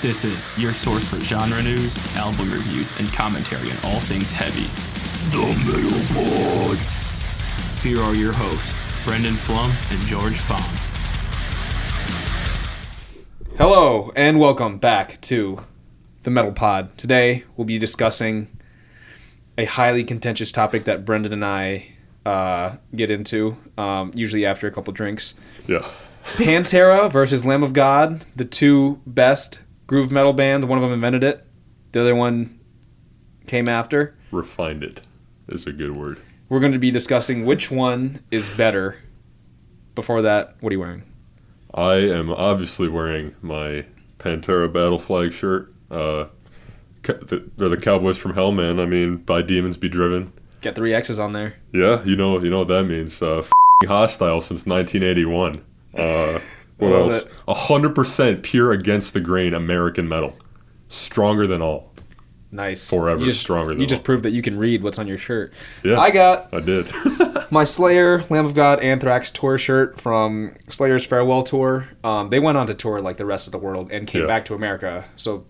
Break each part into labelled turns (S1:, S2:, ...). S1: This is your source for genre news, album reviews, and commentary on all things heavy. The Metal Pod. Here are your hosts, Brendan Flum and George Fong.
S2: Hello and welcome back to the Metal Pod. Today we'll be discussing a highly contentious topic that Brendan and I uh, get into, um, usually after a couple drinks.
S3: Yeah.
S2: Pantera versus Lamb of God, the two best groove metal bands. One of them invented it, the other one came after.
S3: Refined it is a good word.
S2: We're going to be discussing which one is better. Before that, what are you wearing?
S3: I am obviously wearing my Pantera Battle Flag shirt. Uh, ca- the, they're the Cowboys from Hell, man. I mean, by demons be driven.
S2: Got three X's on there.
S3: Yeah, you know, you know what that means. Uh, f hostile since 1981. Uh, what
S2: Love
S3: else? A hundred percent pure against the grain American metal, stronger than all.
S2: Nice.
S3: Forever
S2: You just-
S3: stronger than
S2: You just
S3: all.
S2: proved that you can read what's on your shirt.
S3: Yeah,
S2: I got
S3: I did.
S2: my Slayer, Lamb of God, Anthrax tour shirt from Slayer's farewell tour. Um, they went on to tour like the rest of the world and came
S3: Yeah.
S2: back to America. So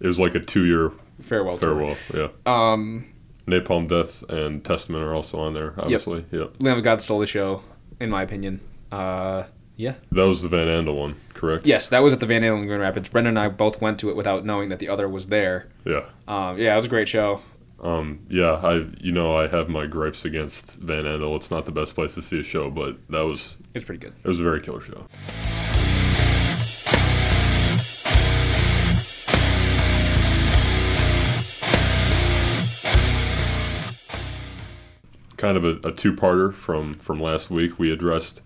S3: it was like a two-year
S2: farewell,
S3: farewell. Yeah.
S2: tour. Um,
S3: Napalm Death and Testament are also on there. Obviously, yeah.
S2: Lamb of God stole the show, in my opinion. Uh,
S3: That was the Van Andel one, correct?
S2: yes, that was at the Van Halen in Grand Rapids. Brendan and I both went to it without knowing that the other was there.
S3: Yeah.
S2: Um, yeah, it was a great show.
S3: Um, yeah, I you know I have my gripes against Van Andel. It's not the best place to see a show, but that was
S2: It was pretty good.
S3: it was a very killer show. Kind of a, a two-parter from from last week. We addressed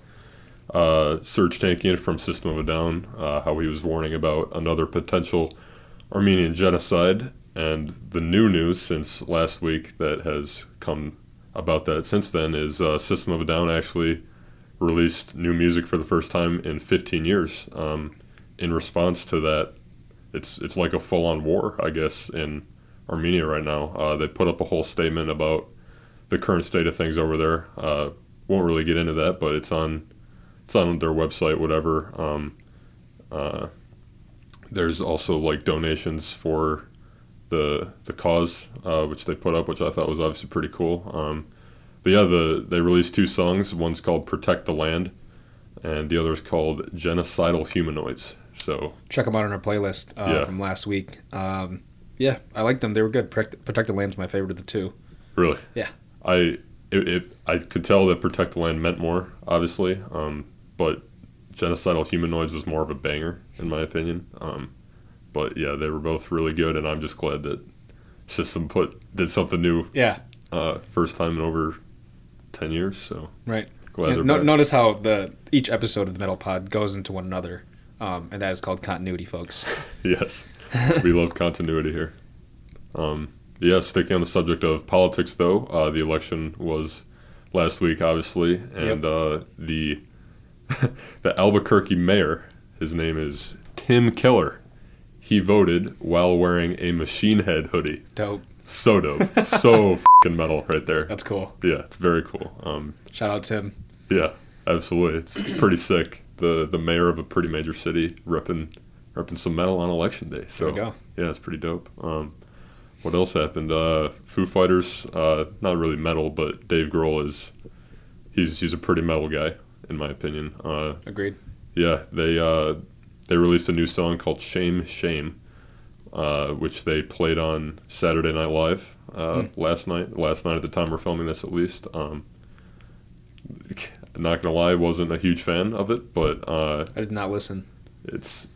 S3: uh, Serge Tankian from System of a Down, uh, how he was warning about another potential Armenian genocide, and the new news since last week that has come about that since then is uh, System of a Down actually released new music for the first time in 15 years. Um, in response to that, it's it's like a full-on war, I guess, in Armenia right now. Uh, they put up a whole statement about the current state of things over there. Uh, won't really get into that, but it's on it's on their website, whatever. Um, uh, there's also like donations for the the cause, uh, which they put up, which I thought was obviously pretty cool. Um, but yeah, the they released two songs. One's called "Protect the Land," and the other is called "Genocidal Humanoids." So
S2: Check them out on our playlist uh,
S3: Yeah.
S2: from last week. Um, yeah, I liked them. They were good. Protect, Protect the Lamb's my favorite of the two.
S3: really,
S2: Yeah.
S3: I it, it I could tell that "Protect the Land" meant more, obviously, um, but "Genocidal Humanoids" was more of a banger in my opinion. Um, but yeah, they were both really good, and I'm just glad that System put did something new
S2: Yeah,
S3: uh, first time in over ten years. So
S2: Right.
S3: glad
S2: Yeah,
S3: they're
S2: no-
S3: back.
S2: notice how the each episode of the Metal Pod goes into one another, um, and that is called continuity, folks.
S3: Yes, we love continuity here. Um, yeah, sticking on the subject of politics, though, uh, the election was last week, obviously, and uh, the the Albuquerque mayor, his name is Tim Keller. He voted while wearing a Machine Head hoodie.
S2: Dope.
S3: So dope, so fing metal right there.
S2: That's cool.
S3: Yeah, it's very cool. Um,
S2: Shout out Tim.
S3: yeah, absolutely, it's pretty sick. The the mayor of a pretty major city repping repping some metal on election day. So
S2: There we go.
S3: yeah, it's pretty dope. Um, what else happened? Uh, Foo Fighters, uh, not really metal, but Dave Grohl is he's he's a pretty metal guy in my opinion. Uh,
S2: Agreed.
S3: yeah, they uh, they released a new song called "Shame Shame," uh, which they played on Saturday Night Live uh, last night. Last night at the time we're filming this, at least. Um, not gonna lie, wasn't a huge fan of it, but uh,
S2: I did not listen.
S3: it's.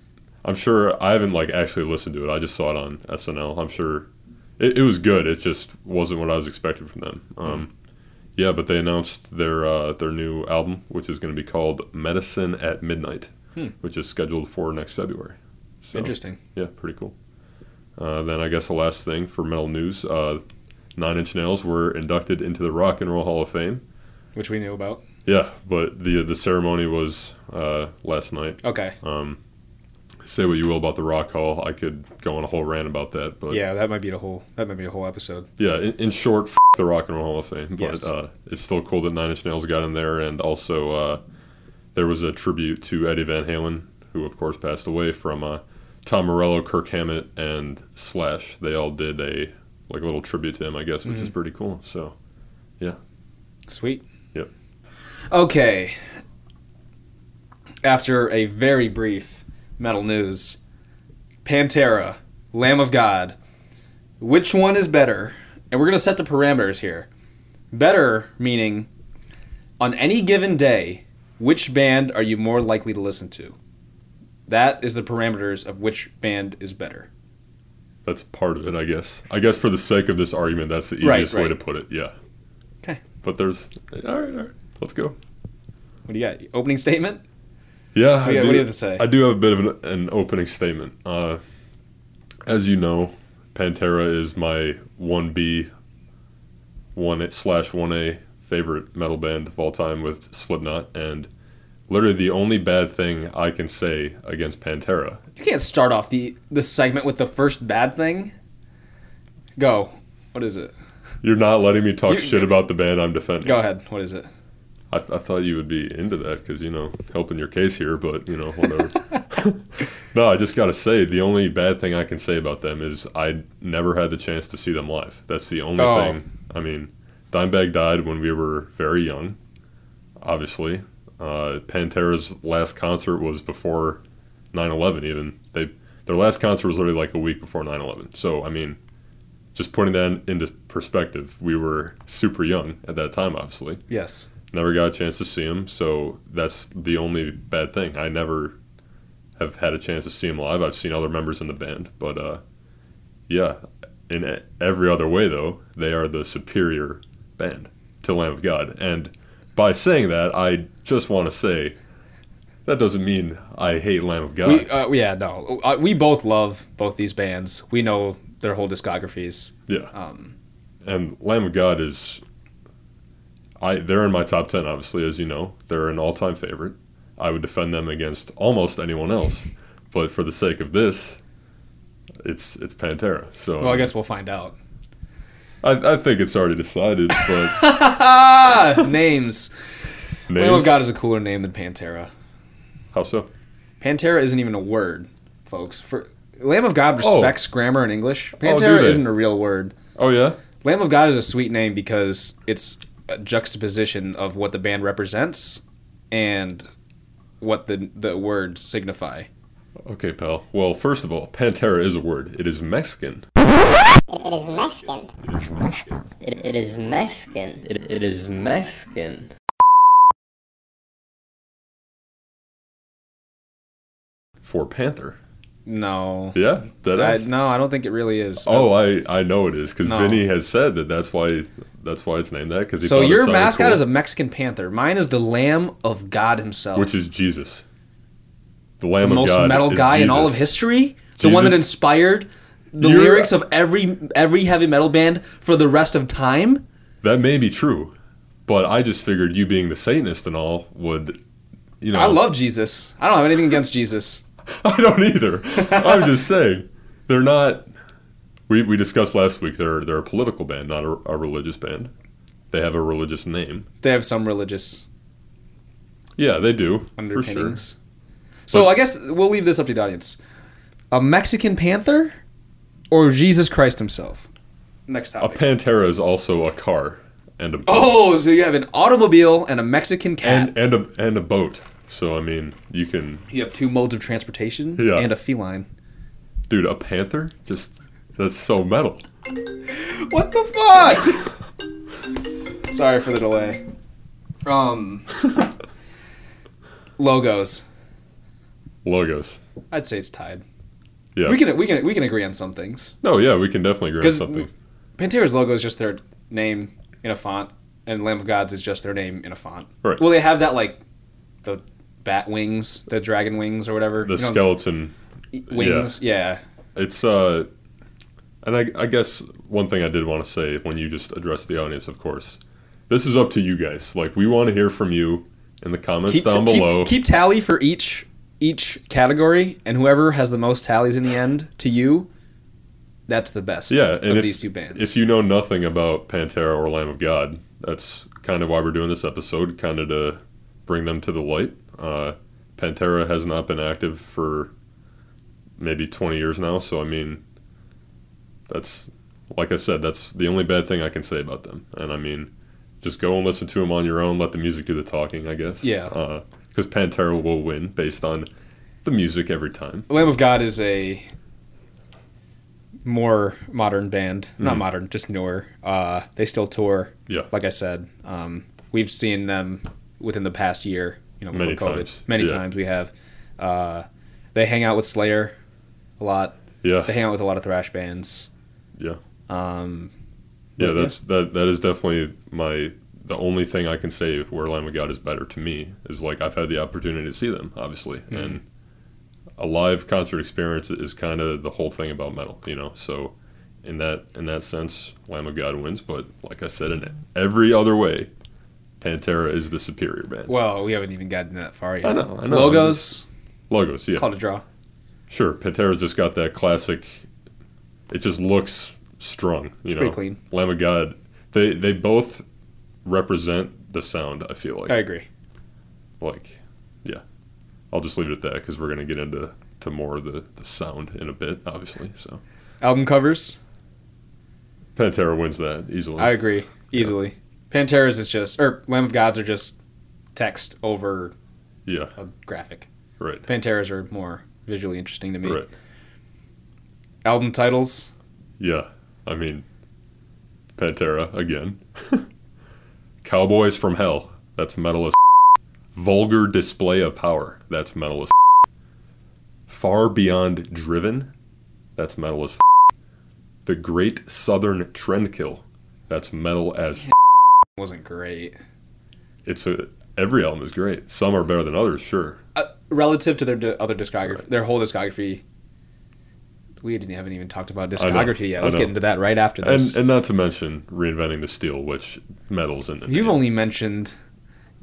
S3: I'm sure I haven't like actually listened to it. I just saw it on SNL. I'm sure it, it was good. It just wasn't what I was expecting from them.
S2: Hmm.
S3: Um, Yeah, but they announced their uh, their new album, which is going to be called Medicine at Midnight,
S2: Hmm.
S3: which is scheduled for next February. So,
S2: Interesting.
S3: Yeah, pretty cool. Uh, then I guess the last thing for metal news, uh, Nine Inch Nails were inducted into the Rock and Roll Hall of Fame.
S2: Which we knew about.
S3: Yeah, but the the ceremony was uh, last night.
S2: Okay.
S3: Um, say what you will about the Rock Hall, I could go on a whole rant about that. But yeah,
S2: yeah, that might be the whole. That might be a whole episode.
S3: in, in short, f- the Rock and Roll Hall of Fame. But
S2: Yes.
S3: uh, it's still cool that Nine Inch Nails got in there, and also uh, there was a tribute to Eddie Van Halen, who of course passed away from uh, Tom Morello, Kirk Hammett, and Slash. They all did a like a little tribute to him, I guess, which
S2: Mm-hmm.
S3: is pretty cool. So
S2: Sweet.
S3: Yep.
S2: Okay. After a very brief metal news, Pantera, Lamb of God, which one is better? And we're going to set the parameters here. Better meaning on any given day, which band are you more likely to listen to? That is the parameters of which band is better.
S3: that's part of it, I guess. I guess for the sake of this argument, that's the
S2: Right,
S3: easiest way
S2: right.
S3: to put it. Yeah.
S2: 'Kay.
S3: But there's all right, all right. Let's go.
S2: What do you got? Opening statement?
S3: Yeah.
S2: What do you,
S3: I
S2: what do you
S3: do-
S2: have to say?
S3: I do have a bit of an, an opening statement. Uh, as you know, Pantera is my one B, one slash one A favorite metal band of all time with Slipknot, and literally the only bad thing I can say against Pantera.
S2: You can't start off the the segment with the first bad thing. Go. What is it?
S3: You're not letting me talk
S2: You-
S3: shit about the band I'm defending.
S2: Go ahead. What is it?
S3: I, th- I thought you would be into that because you know helping your case here, but you know whatever. no, I just gotta say the only bad thing I can say about them is I never had the chance to see them live. That's the only
S2: Oh.
S3: thing. I mean, Dimebag died when we were very young, obviously. Uh, Pantera's last concert was before 9/11. Even they their last concert was literally like a week before 9/11. So I mean, just putting that into perspective, we were super young at that time, obviously
S2: Yes.
S3: never got a chance to see him so that's the only bad thing i never have had a chance to see him live i've seen other members in the band but uh yeah in e- every other way though they are the superior band to lamb of god and by saying that i just want to say that doesn't mean i hate lamb of god
S2: We, uh, yeah, no. Uh, we both love both these bands. We know their whole discographies.
S3: yeah
S2: Um,
S3: and Lamb of God is, I they're in my top ten. Obviously, as you know, they're an all-time favorite. I would defend them against almost anyone else, but for the sake of this, it's it's Pantera. So
S2: well, I guess we'll find out.
S3: I, I think it's already decided. But
S2: Ah, names.
S3: names,
S2: Lamb of God is a cooler name than Pantera.
S3: how so?
S2: Pantera isn't even a word, folks. For Lamb of God respects grammar and English. Pantera
S3: Oh. they?
S2: isn't a real word.
S3: Oh yeah,
S2: Lamb of God is a sweet name because it's a juxtaposition of what the band represents and what the the words signify.
S3: okay, pal. Well, first of all, Pantera is a word. It is Mexican.
S4: It is Mexican.
S5: It, it is Mexican. It, it is Mexican.
S3: For Panther,
S2: No,
S3: yeah, that
S2: I,
S3: is.
S2: no, I don't think it really is.
S3: Oh, I, I know it is because
S2: No.
S3: Vinny has said that that's why that's why it's named that because
S2: so your mascot is a Mexican panther. Mine is the Lamb of God himself,
S3: which is Jesus.
S2: Oh.
S3: The
S2: the
S3: Lamb of
S2: most
S3: God.
S2: metal
S3: is
S2: guy in all of
S3: Jesus.
S2: history, the one that
S3: Jesus-
S2: inspired the
S3: You're-
S2: lyrics of every every heavy metal band for the rest of time.
S3: That may be true, but I just figured you being the Satanist and all would, you know.
S2: I love Jesus. I don't have anything against Jesus.
S3: I don't either. I'm just saying, they're not. We, we discussed last week. They're they're a political band, not a, a religious band. They have a religious name.
S2: They have some religious
S3: Yeah, they do for sure.
S2: underpinnings. So
S3: But-
S2: I guess we'll leave this up to the audience. A Mexican panther or Jesus Christ himself? Next
S3: A
S2: topic.
S3: Pantera is also a car and a
S2: oh, so you have an automobile and a Mexican cat.
S3: and and a and a boat. So I mean, you can,
S2: you have two modes of transportation
S3: Yeah.
S2: and a feline.
S3: dude, a panther. Just that's so metal.
S2: What the fuck? Sorry for the delay. Um logos.
S3: Logos.
S2: I'd say it's tied.
S3: Yeah.
S2: We can we can we can agree on some things.
S3: No, yeah, we can definitely agree on
S2: 'Cause
S3: something.
S2: Pantera's logo is just their name in a font, and Lamb of God's is just their name in a font.
S3: Right.
S2: Well, they have that like the bat wings, the dragon wings, or whatever.
S3: The
S2: you know,
S3: skeleton.
S2: wings. Yeah.
S3: It's uh, and I, I guess one thing I did want to say when you just address the audience, of course, this is up to you guys. Like we want to hear from you in the comments
S2: Keep,
S3: down
S2: keep-
S3: below.
S2: keep tally for each each category, and whoever has the most tallies in the end to you, that's the best.
S3: yeah,
S2: of
S3: and if,
S2: these two bands.
S3: if you know nothing about Pantera or Lamb of God, that's kind of why we're doing this episode, kind of to bring them to the light. Uh, Pantera has not been active for maybe 20 years now. So, I mean, that's, like I said, that's the only bad thing I can say about them. And I mean, just go and listen to them on your own. Let the music do the talking, I guess.
S2: Yeah.
S3: Because Pantera will win based on the music every time.
S2: Lamb of God is a more modern band, not modern, just newer. Uh, they still tour.
S3: Mm. Yeah.
S2: Like I said, um, we've seen them within the past year. You know,
S3: Many
S2: before COVID.
S3: times.
S2: Many
S3: Yeah.
S2: times we have. Uh, they hang out with Slayer a lot. They
S3: Yeah.
S2: hang out with a lot of thrash bands.
S3: Yeah.
S2: Um,
S3: Yeah, that's that. That is definitely my the only thing I can say where Lamb of God is better to me is like I've had the opportunity to see them, obviously, and a live concert experience is kind of the whole thing about metal, you know. So in that in that sense, Lamb of God wins. But like I said, in every other way, Pantera is the superior band.
S2: well, we haven't even gotten that far yet.
S3: I know, I know.
S2: Logos
S3: Logos, yeah,
S2: called a draw.
S3: sure. Pantera's just got that classic. It just looks strung, you
S2: It's
S3: know.
S2: pretty clean.
S3: Lamb of God. They they both represent the sound. I feel like
S2: I agree.
S3: like yeah. I'll just leave it at that because we're gonna get into to more of the the sound in a bit, obviously. So
S2: Album covers.
S3: Pantera wins that easily.
S2: I agree easily. Pantera's is just or Lamb of God's are just text over
S3: yeah,
S2: a graphic.
S3: right,
S2: Pantera's are more visually interesting to me.
S3: right.
S2: Album titles.
S3: Yeah, I mean Pantera again. Cowboys from Hell. That's metal as vulgar display of power. That's metal as far beyond driven. That's metal as the Great Southern Trendkill. That's metal as
S2: wasn't great.
S3: it's a every album is great. Some are better than others, sure.
S2: Uh, relative to their di- other discography, their whole discography, we didn't, haven't even talked about
S3: I know,
S2: discography yet.
S3: I
S2: Let's
S3: know.
S2: get into that right after
S3: And
S2: this.
S3: and not to mention reinventing the steel, which metal's in the
S2: You've
S3: name.
S2: only mentioned.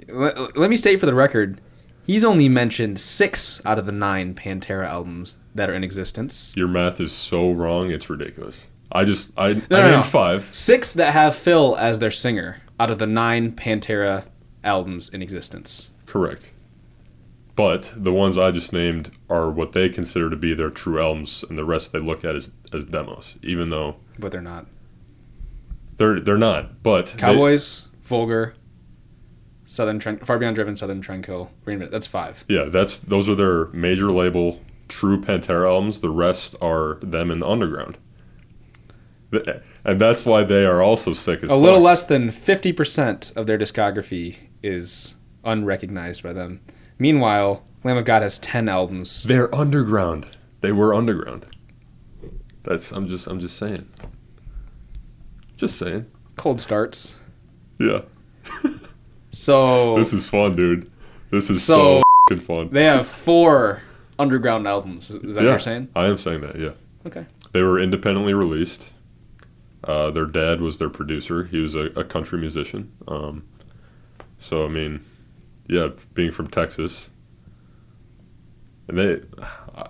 S2: Let, let me state for the record, he's only mentioned six out of the nine Pantera albums that are in existence.
S3: Your math is so wrong, it's ridiculous. I just I,
S2: no,
S3: I named
S2: no.
S3: five.
S2: Six that have Phil as their singer out of the nine Pantera albums in existence.
S3: Correct. But the ones I just named are what they consider to be their true albums, and the rest they look at as, as demos, even though
S2: But they're not.
S3: they're they're not. But they-
S2: Cowboys, Vulgar, Southern Trend, Far Beyond Driven, Southern Trend Kill, Reinvent. That's five.
S3: yeah, that's those are their major label true Pantera albums. The rest are them in the underground, Th- and that's why they are also sick as
S2: A little
S3: fuck.
S2: less than 50% of their discography is unrecognized by them. Meanwhile, Lamb of God has 10 albums.
S3: They're underground. They were underground. That's I'm just I'm just saying. Just saying.
S2: Cold starts.
S3: Yeah.
S2: So
S3: This is fun, dude. This is
S2: So-
S3: so, fing fun.
S2: they have four underground albums. Is that what
S3: yeah,
S2: you're saying?
S3: I am saying that. Yeah.
S2: Okay.
S3: They were independently released. Uh, their dad was their producer. He was a, a country musician. Um, so I mean, yeah, being from Texas, and they,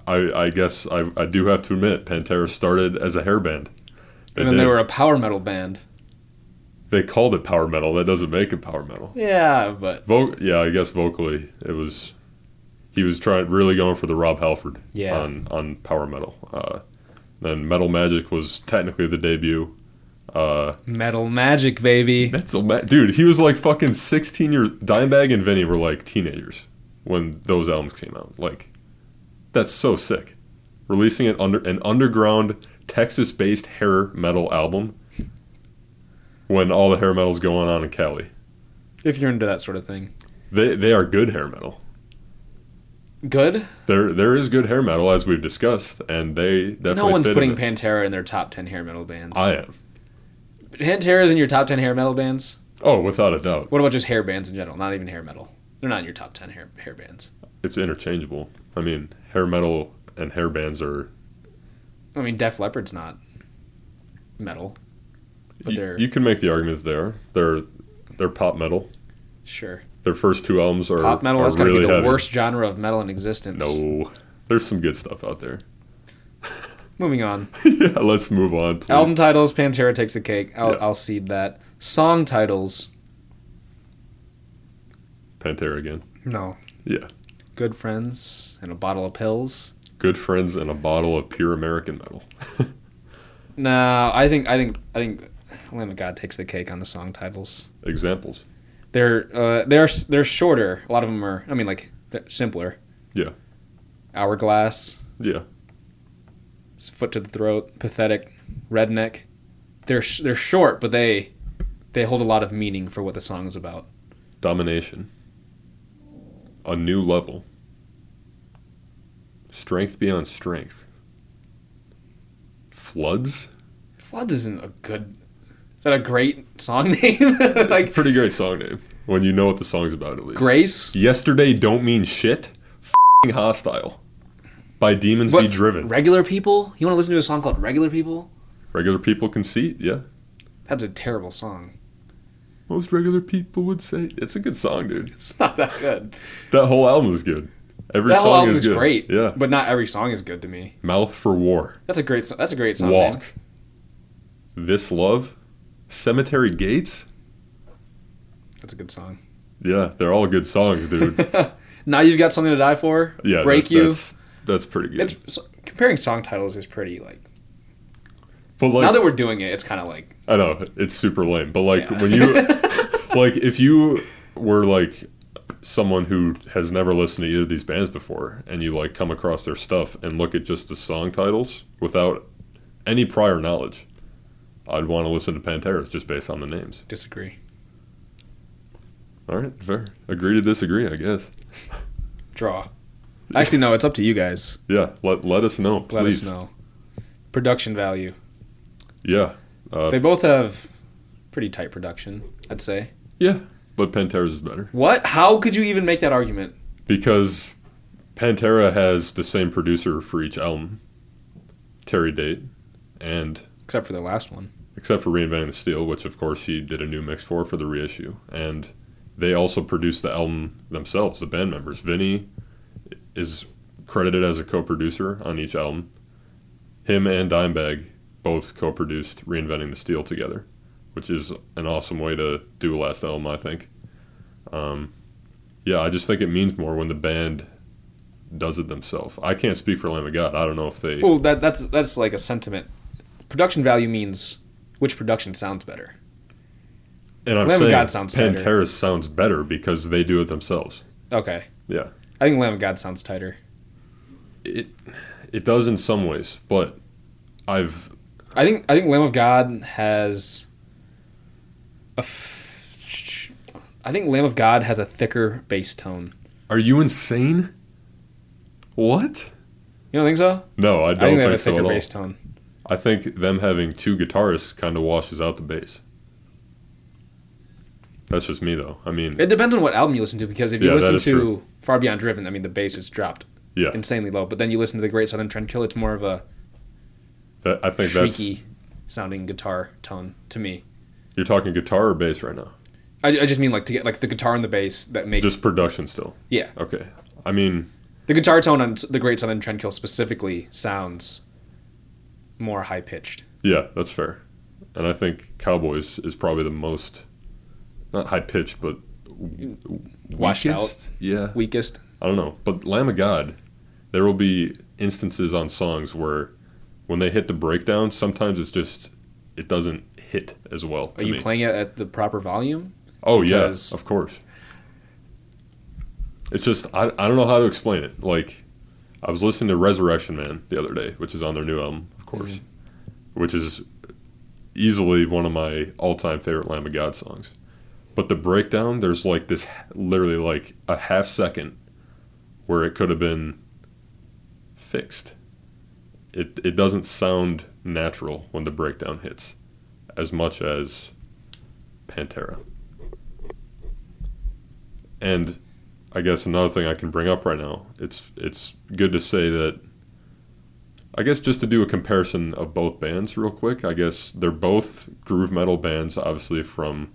S3: I, I guess I, I do have to admit, Pantera started as a hair band. They
S2: and then
S3: did.
S2: they were a power metal band.
S3: They called it power metal. That doesn't make it power metal.
S2: Yeah, but
S3: Vo- yeah, I guess vocally it was. He was trying really going for the Rob Halford
S2: Yeah.
S3: on on power metal. Uh, then Metal Magic was technically the debut. Uh,
S2: metal magic, baby.
S3: Metal Ma- dude, he was like fucking sixteen years. Dimebag and Vinny were like teenagers when those albums came out. Like, that's so sick. Releasing an under an underground Texas-based hair metal album when all the hair metal's going on in Cali.
S2: If you're into that sort of thing.
S3: They they are good hair metal.
S2: Good?
S3: There, there is good hair metal as we've discussed, and they definitely.
S2: No one's
S3: fit
S2: putting
S3: in it.
S2: Pantera in their top 10 hair metal bands.
S3: I am.
S2: Pantera's in your top 10 hair metal bands?
S3: Oh, without a doubt,
S2: What about just hair bands in general? Not even hair metal. They're not in your top 10 hair, hair bands.
S3: it's interchangeable. I mean, hair metal and hair bands are.
S2: I mean, Def Leppard's not metal, but
S3: You,
S2: they're
S3: you can make the argument that they are. They're, they're pop metal.
S2: sure.
S3: Their first two albums are
S2: Pop metal,
S3: Are
S2: that's got to
S3: really
S2: be the
S3: heavy.
S2: worst genre of metal in existence.
S3: No, there's some good stuff out there.
S2: Moving on.
S3: yeah, let's move on. please.
S2: Album titles, Pantera takes the cake. I'll,
S3: Yeah.
S2: I'll cede that. Song titles,
S3: Pantera again.
S2: no.
S3: Yeah.
S2: Good Friends and a Bottle of Pills.
S3: good friends, and a bottle of pure American metal.
S2: No, I think I think I think Lamb of God takes the cake on the song titles.
S3: Examples.
S2: They're uh, they're s- they're shorter. A lot of them are. I mean, like they're simpler.
S3: Yeah.
S2: Hourglass.
S3: Yeah.
S2: Foot to the throat. Pathetic. Redneck. They're sh- they're short, but they they hold a lot of meaning for what the song is about.
S3: Domination. A new level. Strength beyond strength. Floods.
S2: Floods isn't a good. Is that a great song name?
S3: It's a
S2: like
S3: pretty great song name when you know what the song's about at least.
S2: Grace.
S3: Yesterday don't mean shit. F***ing hostile. By demons be
S2: What-
S3: driven.
S2: Regular people. You want to listen to a song called Regular People?
S3: regular people conceit. Yeah.
S2: That's a terrible song.
S3: Most regular people would say it's a good song, dude.
S2: It's not that good.
S3: That whole album is good. Every
S2: that
S3: song
S2: whole album is
S3: good.
S2: great.
S3: Yeah.
S2: But not every song is good to me.
S3: Mouth for war.
S2: That's a great. so- That's a great song.
S3: Walk.
S2: man.
S3: This love. Cemetery gates.
S2: That's a good song.
S3: Yeah, they're all good songs, dude.
S2: now you've got something to die for.
S3: Yeah,
S2: break
S3: that-
S2: you.
S3: That's, that's pretty good.
S2: It's so, comparing song titles is pretty like.
S3: but like,
S2: now that we're doing it, it's kind of like
S3: I know it's super lame. But like
S2: Yeah.
S3: when you, like if you were like someone who has never listened to either of these bands before, and you like come across their stuff and look at just the song titles without any prior knowledge, I'd want to listen to Pantera's just based on the names.
S2: disagree.
S3: All right, fair. Agree to disagree, I guess.
S2: Draw. Actually, no. It's up to you guys.
S3: Yeah, let let us know,
S2: Let
S3: please.
S2: us know. Production value.
S3: Yeah, uh,
S2: They both have pretty tight production. I'd say.
S3: but Pantera's is better.
S2: What? How could you even make that argument?
S3: because Pantera has the same producer for each album, Terry Date, and
S2: Except for the last one.
S3: except for Reinventing the Steel, which of course he did a new mix for for the reissue, and they also produced the album themselves, the band members. Vinny is credited as a co-producer on each album. Him and Dimebag both co-produced Reinventing the Steel together, which is an awesome way to do a last album, I think. Um, yeah, I just think it means more when the band does it themselves. I can't speak for Lamb of God. I don't know if they.
S2: Well, that that's that's like a sentiment. Production value means which production sounds better.
S3: And I'm
S2: Lamb of
S3: saying
S2: God sounds tighter.
S3: Pantera sounds better because they do it themselves.
S2: Okay.
S3: Yeah.
S2: I think Lamb of God sounds tighter.
S3: It it does in some ways, but I've
S2: I think I think Lamb of God has a f- I think Lamb of God has a thicker bass tone.
S3: Are you insane? What?
S2: You don't think so?
S3: No, I
S2: I think
S3: don't
S2: they have a
S3: think so
S2: thicker
S3: at all.
S2: bass tone.
S3: I think them having two guitarists kind of washes out the bass. That's just me though. I mean,
S2: It depends on what album you listen to because if you
S3: Yeah, that
S2: listen
S3: is
S2: to
S3: true.
S2: Far Beyond Driven, I mean the bass is dropped
S3: yeah.
S2: insanely low, but then you listen to the Great Southern Trendkill, it's more of a
S3: That, I think that's
S2: shrieky sounding guitar tone to me.
S3: you're talking guitar or bass right now.
S2: I, I just mean like to get like the guitar and the bass that make
S3: Just production still.
S2: Yeah.
S3: Okay. I mean,
S2: the guitar tone on s- the Great Southern Trendkill specifically sounds more high pitched.
S3: yeah, that's fair. And I think Cowboys is probably the most not high pitched, but w-
S2: Washed out.
S3: weakest? Yeah.
S2: Weakest
S3: I don't know, but Lamb of God, there will be instances on songs where when they hit the breakdown, sometimes it's just it doesn't hit as well.
S2: Are
S3: To
S2: you
S3: me.
S2: playing it at the proper volume?
S3: oh yeah,
S2: because-
S3: of course. It's just I, I don't know how to explain it. Like I was listening to Resurrection Man the other day, which is on their new album, of
S2: Mm-hmm.
S3: course, which is easily one of my all-time favorite Lamb of God songs. But the breakdown, there's like this h- literally like a half second where it could have been fixed. It it doesn't sound natural when the breakdown hits as much as Pantera. And I guess another thing I can bring up right now, it's it's good to say that I guess just to do a comparison of both bands real quick, I guess they're both groove metal bands obviously from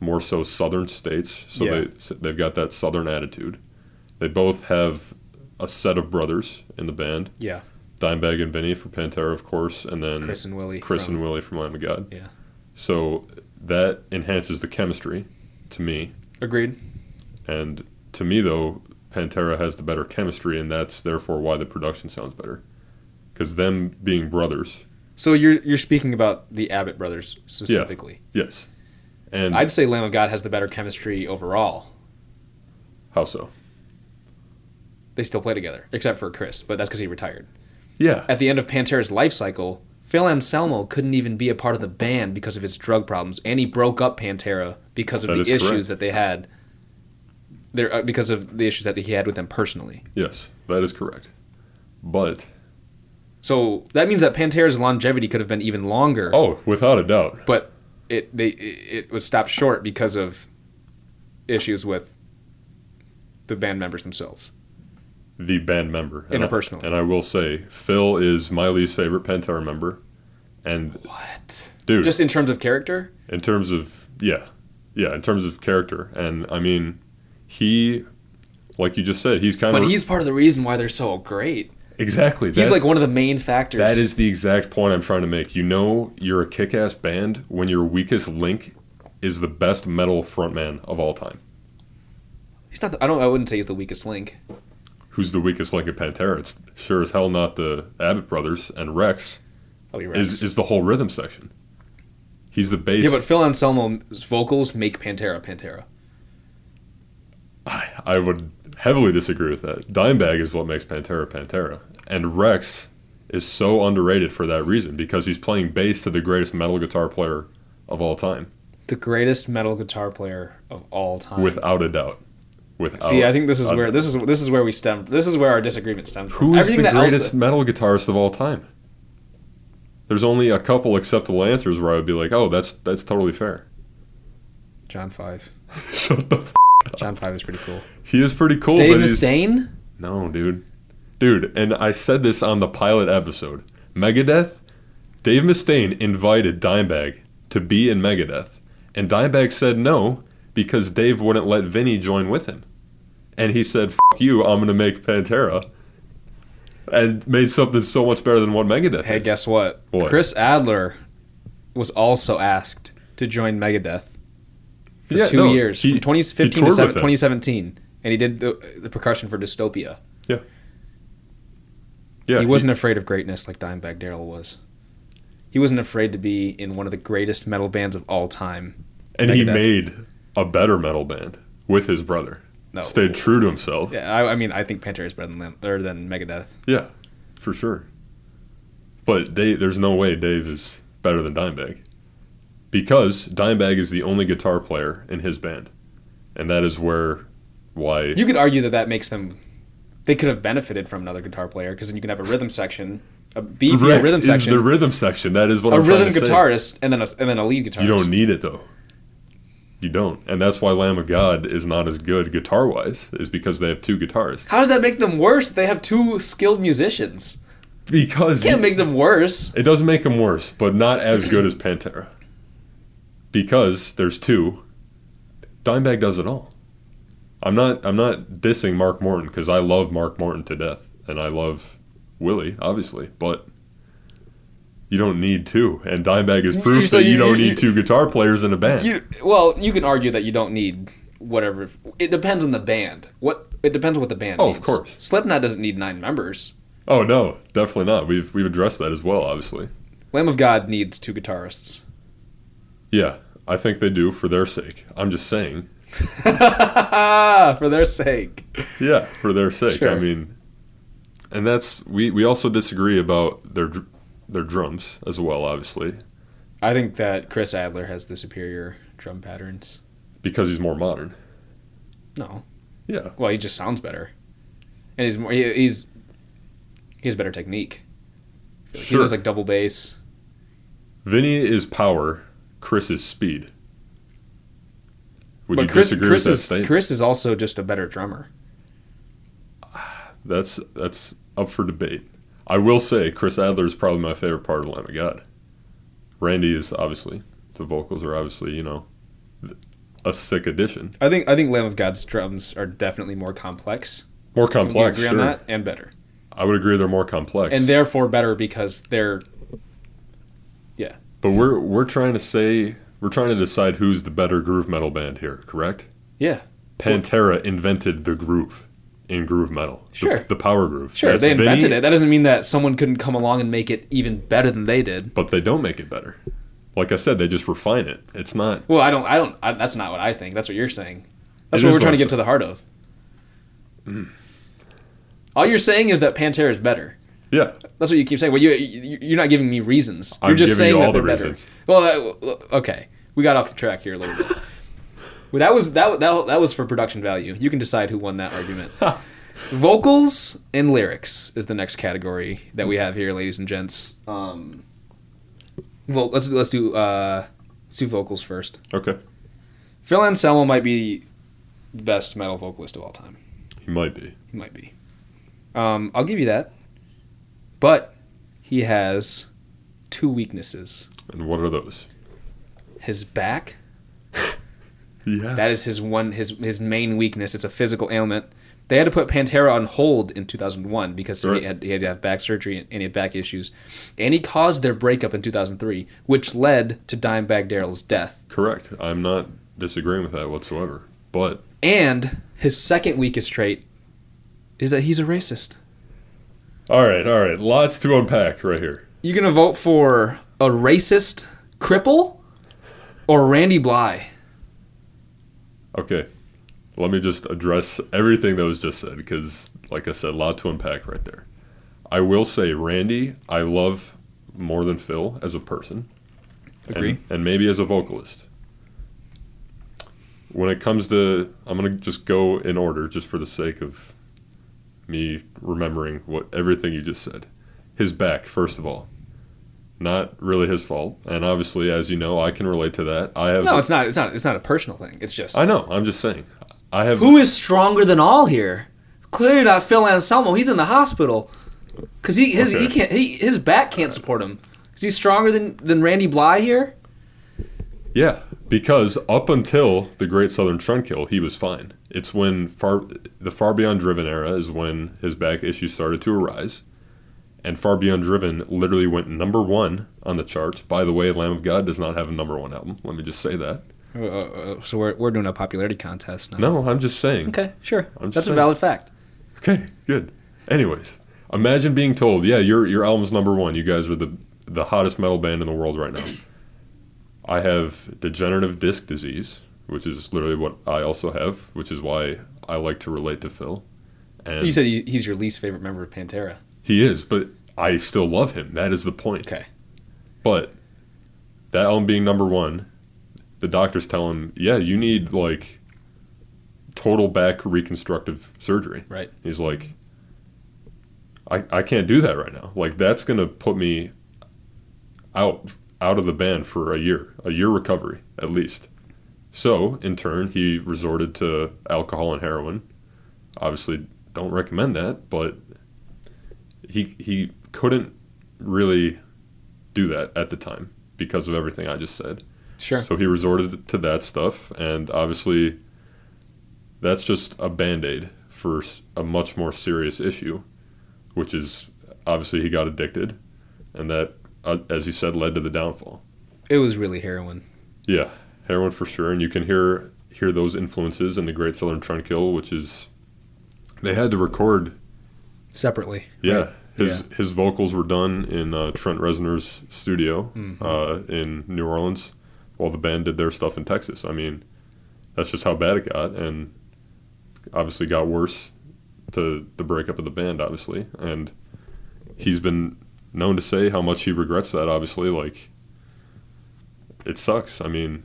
S3: more so southern states, so
S2: Yeah.
S3: they so they've got that southern attitude. They both have a set of brothers in the band.
S2: Yeah.
S3: Dimebag and Vinny for Pantera, of course, and then
S2: Chris and Willie.
S3: Chris
S2: from-
S3: and Willie from Lamb of God.
S2: Yeah.
S3: So that enhances the chemistry to me.
S2: Agreed.
S3: And to me, though, Pantera has the better chemistry, and that's therefore why the production sounds better. Because them being brothers,
S2: So you're you're speaking about the Abbott brothers specifically.
S3: yes. And
S2: I'd say Lamb of God has the better chemistry overall.
S3: how so?
S2: They still play together, except for Chris, but that's because he retired.
S3: Yeah,
S2: At the end of Pantera's life cycle, Phil Anselmo couldn't even be a part of the band because of his drug problems, and he broke up Pantera because of
S3: That
S2: the
S3: is
S2: issues
S3: correct.
S2: that they had. There, uh, because of the issues that he had with them personally.
S3: yes, that is correct. But
S2: So that means that Pantera's longevity could have been even longer.
S3: oh, without a doubt,
S2: It they it, it was stopped short because of issues with the band members themselves.
S3: the band member And I-
S2: Interpersonal.
S3: And I will say, Phil is my least favorite Pantera member. And
S2: What?
S3: dude,
S2: Just in terms of character,
S3: in terms of yeah yeah in terms of character and i mean he like you just said he's kind
S2: but
S3: of
S2: he's part of the reason why they're so great.
S3: exactly
S2: He's
S3: that's-
S2: like one of the main factors.
S3: that is the exact point i'm trying to make you know you're a kick-ass band when your weakest link is the best metal frontman of all time
S2: He's not. The, I don't. I wouldn't say he's the weakest link.
S3: who's the weakest link of pantera it's sure as hell not the abbott brothers and rex,
S2: I'll be right.
S3: is is the whole rhythm section he's the bass
S2: yeah, but Phil Anselmo's vocals make Pantera Pantera.
S3: I would heavily disagree with that. Dimebag is what makes Pantera Pantera, and Rex is so underrated for that reason because he's playing bass to the greatest metal guitar player of all time,
S2: The greatest metal guitar player of all time.
S3: without a doubt. Without
S2: See, I think this is
S3: a-
S2: where this is this is where we stem. This is where our disagreement stems. from.
S3: who is
S2: Everything
S3: the
S2: that else-
S3: greatest metal guitarist of all time. There's only a couple acceptable answers where I would be like, "Oh, that's that's totally fair."
S2: John Five.
S3: Shut the. F-
S2: John Five is pretty cool.
S3: he is pretty cool,
S2: Dave
S3: Oh, but he's
S2: Mustaine.
S3: No, dude. Dude, and I said this on the pilot episode. Megadeth, Dave Mustaine invited Dimebag to be in Megadeth, and Dimebag said no because Dave wouldn't let Vinny join with him. And he said, "Fuck you, I'm going to make Pantera." And made something so much better than what Megadeth
S2: Hey,
S3: is.
S2: guess what?
S3: What?
S2: Chris Adler was also asked to join Megadeth for
S3: Yeah,
S2: two
S3: no,
S2: years,
S3: he-
S2: from 2015
S3: he
S2: to
S3: toured
S2: seven-
S3: with them.
S2: 2017, and he did the, the percussion for Dystopia.
S3: Yeah,
S2: he wasn't afraid of greatness like Dimebag Darrell was. He wasn't afraid to be in one of the greatest metal bands of all time.
S3: and he
S2: Megadeth.
S3: made a better metal band with his brother.
S2: No,
S3: Stayed true to himself.
S2: Yeah, I, I mean, I think Pantera is better than Lam- or than Megadeth.
S3: For sure. But Dave, there's no way Dave is better than Dimebag. Because Dimebag is the only guitar player in his band. And that is where why
S2: You could argue that that makes them. They could have benefited from another guitar player because then you can have a rhythm section, a beefy
S3: Rex
S2: rhythm
S3: is
S2: section,
S3: the rhythm section. That is what
S2: a
S3: I'm
S2: rhythm
S3: trying to
S2: guitarist, and then a, and then a lead guitarist.
S3: say. You don't need it though. You don't. And that's why Lamb of God is not as good guitar wise, is because they have two guitarists.
S2: How does that make them worse? that They have two skilled musicians.
S3: Because
S2: You can't make them worse.
S3: It does make them worse, but not as good as Pantera. Because there's two. Dimebag does it all. I'm not I'm not dissing Mark Morton because I love Mark Morton to death and I love Willie, obviously, but you don't need two. And Dimebag is
S2: You-
S3: proof
S2: so
S3: that you,
S2: you-
S3: don't
S2: you-
S3: need two guitar players in a band.
S2: You well, you can argue that you don't need whatever. It depends on the band. What it depends on what the band.
S3: Oh, of
S2: needs.
S3: course.
S2: Slipknot doesn't need nine members.
S3: oh no, definitely not. We've we've addressed that as well, obviously.
S2: Lamb of God needs two guitarists.
S3: Yeah, I think they do for their sake. I'm just saying.
S2: For their sake.
S3: yeah, for their sake. I
S2: Sure.
S3: mean, and that's we we also disagree about their dr- their drums as well, obviously,
S2: I think that Chris Adler has the superior drum patterns.
S3: because he's more modern.
S2: No.
S3: Yeah.
S2: Well, he just sounds better, and he's more. He, he's he has better technique. He
S3: Sure.
S2: does like double bass.
S3: Vinny is power. Chris is speed. Would you
S2: but Chris,
S3: disagree
S2: Chris
S3: with that
S2: is
S3: statement?
S2: Chris is also just a better drummer.
S3: That's that's up for debate. I will say Chris Adler is probably my favorite part of Lamb of God. Randy is obviously the vocals are obviously you know th- a sick addition,
S2: I think I think Lamb of God's drums are definitely more complex.
S3: more
S2: Can we
S3: complex.
S2: agree
S3: Sure,
S2: on that and better,
S3: I would agree they're more complex.
S2: and therefore better because they're
S3: But we're we're trying to say we're trying to decide who's the better groove metal band here, correct?
S2: Yeah.
S3: Pantera invented the groove in groove metal. The-
S2: Sure.
S3: The, power groove.
S2: Sure,
S3: That's
S2: they invented
S3: Vinny,
S2: it. That doesn't mean that someone couldn't come along and make it even better than they did.
S3: But they don't make it better. Like I said, they just refine it. It's not.
S2: Well, I don't. I don't. I, that's not what I think. That's what you're saying. That's
S3: It
S2: what
S3: is Mm.
S2: we're trying
S3: what
S2: to
S3: I'm
S2: get to the heart of. All you're saying is that Pantera is better.
S3: Yeah.
S2: That's what you keep saying. Well, you, you you're not giving me reasons. You're
S3: I'm
S2: just saying
S3: giving you
S2: that
S3: all the
S2: they're better.
S3: reasons.
S2: Well, that, okay, we got off the track here a little bit. well, that was that, wa- that that was for production value. You can decide who won that argument. Vocals and lyrics is the next category that we have here, ladies and gents. Um, well, let's let's do uh, let's do vocals first.
S3: Okay.
S2: Phil Anselmo might be the best metal vocalist of all time.
S3: He might be.
S2: He might be. Um, I'll give you that. But he has two weaknesses.
S3: And what are those?
S2: His back.
S3: Yeah.
S2: That is his one his his main weakness. It's a physical ailment. They had to put Pantera on hold in 2001 because
S3: Right.
S2: he, had, he had to have back surgery and he had back issues. And he caused their breakup in 2003, which led to Dimebag Darrell's death.
S3: Correct. I'm not disagreeing with that whatsoever. But
S2: And his second weakest trait is that he's a racist.
S3: all right, all right. Lots to unpack right here.
S2: You gonna vote for a racist cripple or Randy Bly?
S3: Okay. Let me just address everything that was just said because, like I said, a lot to unpack right there. I will say, Randy, I love more than Phil as a person. and-
S2: Agree.
S3: And, maybe as a vocalist. When it comes to, I'm going to just go in order just for the sake of me remembering what everything you just said. His back, first of all. Not really his fault. And obviously, as you know, I can relate to that. I have.
S2: No, it's not. It's not. It's not a personal thing. It's just
S3: I know. I'm just saying. I have.
S2: who is stronger than all here. Clearly not Phil Anselmo. He's in the hospital because he his he
S3: Okay.
S2: can't he his back can't support him. Is he stronger than than Randy Bly here?
S3: Yeah, because up until the Great Southern Trunkill, he was fine. It's when far the Far Beyond Driven era is when his back issues started to arise, and Far Beyond Driven literally went number one on the charts. By the way, Lamb of God does not have a number one album. Let me just say that.
S2: Uh, so we're we're doing a popularity contest now.
S3: No, I'm just saying.
S2: Okay, sure.
S3: I'm just
S2: That's a
S3: saying.
S2: valid fact.
S3: Okay, good. Anyways, imagine being told, "Yeah, your your album's number one. You guys are the the hottest metal band in the world right now." I have degenerative disc disease, which is literally what I also have, which is why I like to relate to Phil. And
S2: You said he, he's your least favorite member of Pantera.
S3: he is, but I still love him. That is the point.
S2: Okay.
S3: But that album being number one, the doctors tell him, yeah, you need like total back reconstructive surgery.
S2: Right.
S3: He's like, I, I can't do that right now. Like that's gonna put me out out of the band for a year, a year recovery at least. So in turn, he resorted to alcohol and heroin. Obviously, don't recommend that, but he he couldn't really do that at the time because of everything I just said.
S2: Sure.
S3: So he resorted to that stuff, and obviously, that's just a band aid for s- a much more serious issue, which is obviously he got addicted, and that, uh, as you said, led to the downfall.
S2: It was really heroin.
S3: Yeah, heroin for sure, and you can hear hear those influences in the Great Southern Trunkill, which is they had to record.
S2: Separately.
S3: Yeah, his his vocals were done in uh, Trent Reznor's studio
S2: Hmm. Mm-hmm.
S3: uh, in New Orleans, while the band did their stuff in Texas. I mean, that's just how bad it got, and obviously got worse to the breakup of the band, obviously. And he's been known to say how much he regrets that. Obviously, like it sucks. I mean,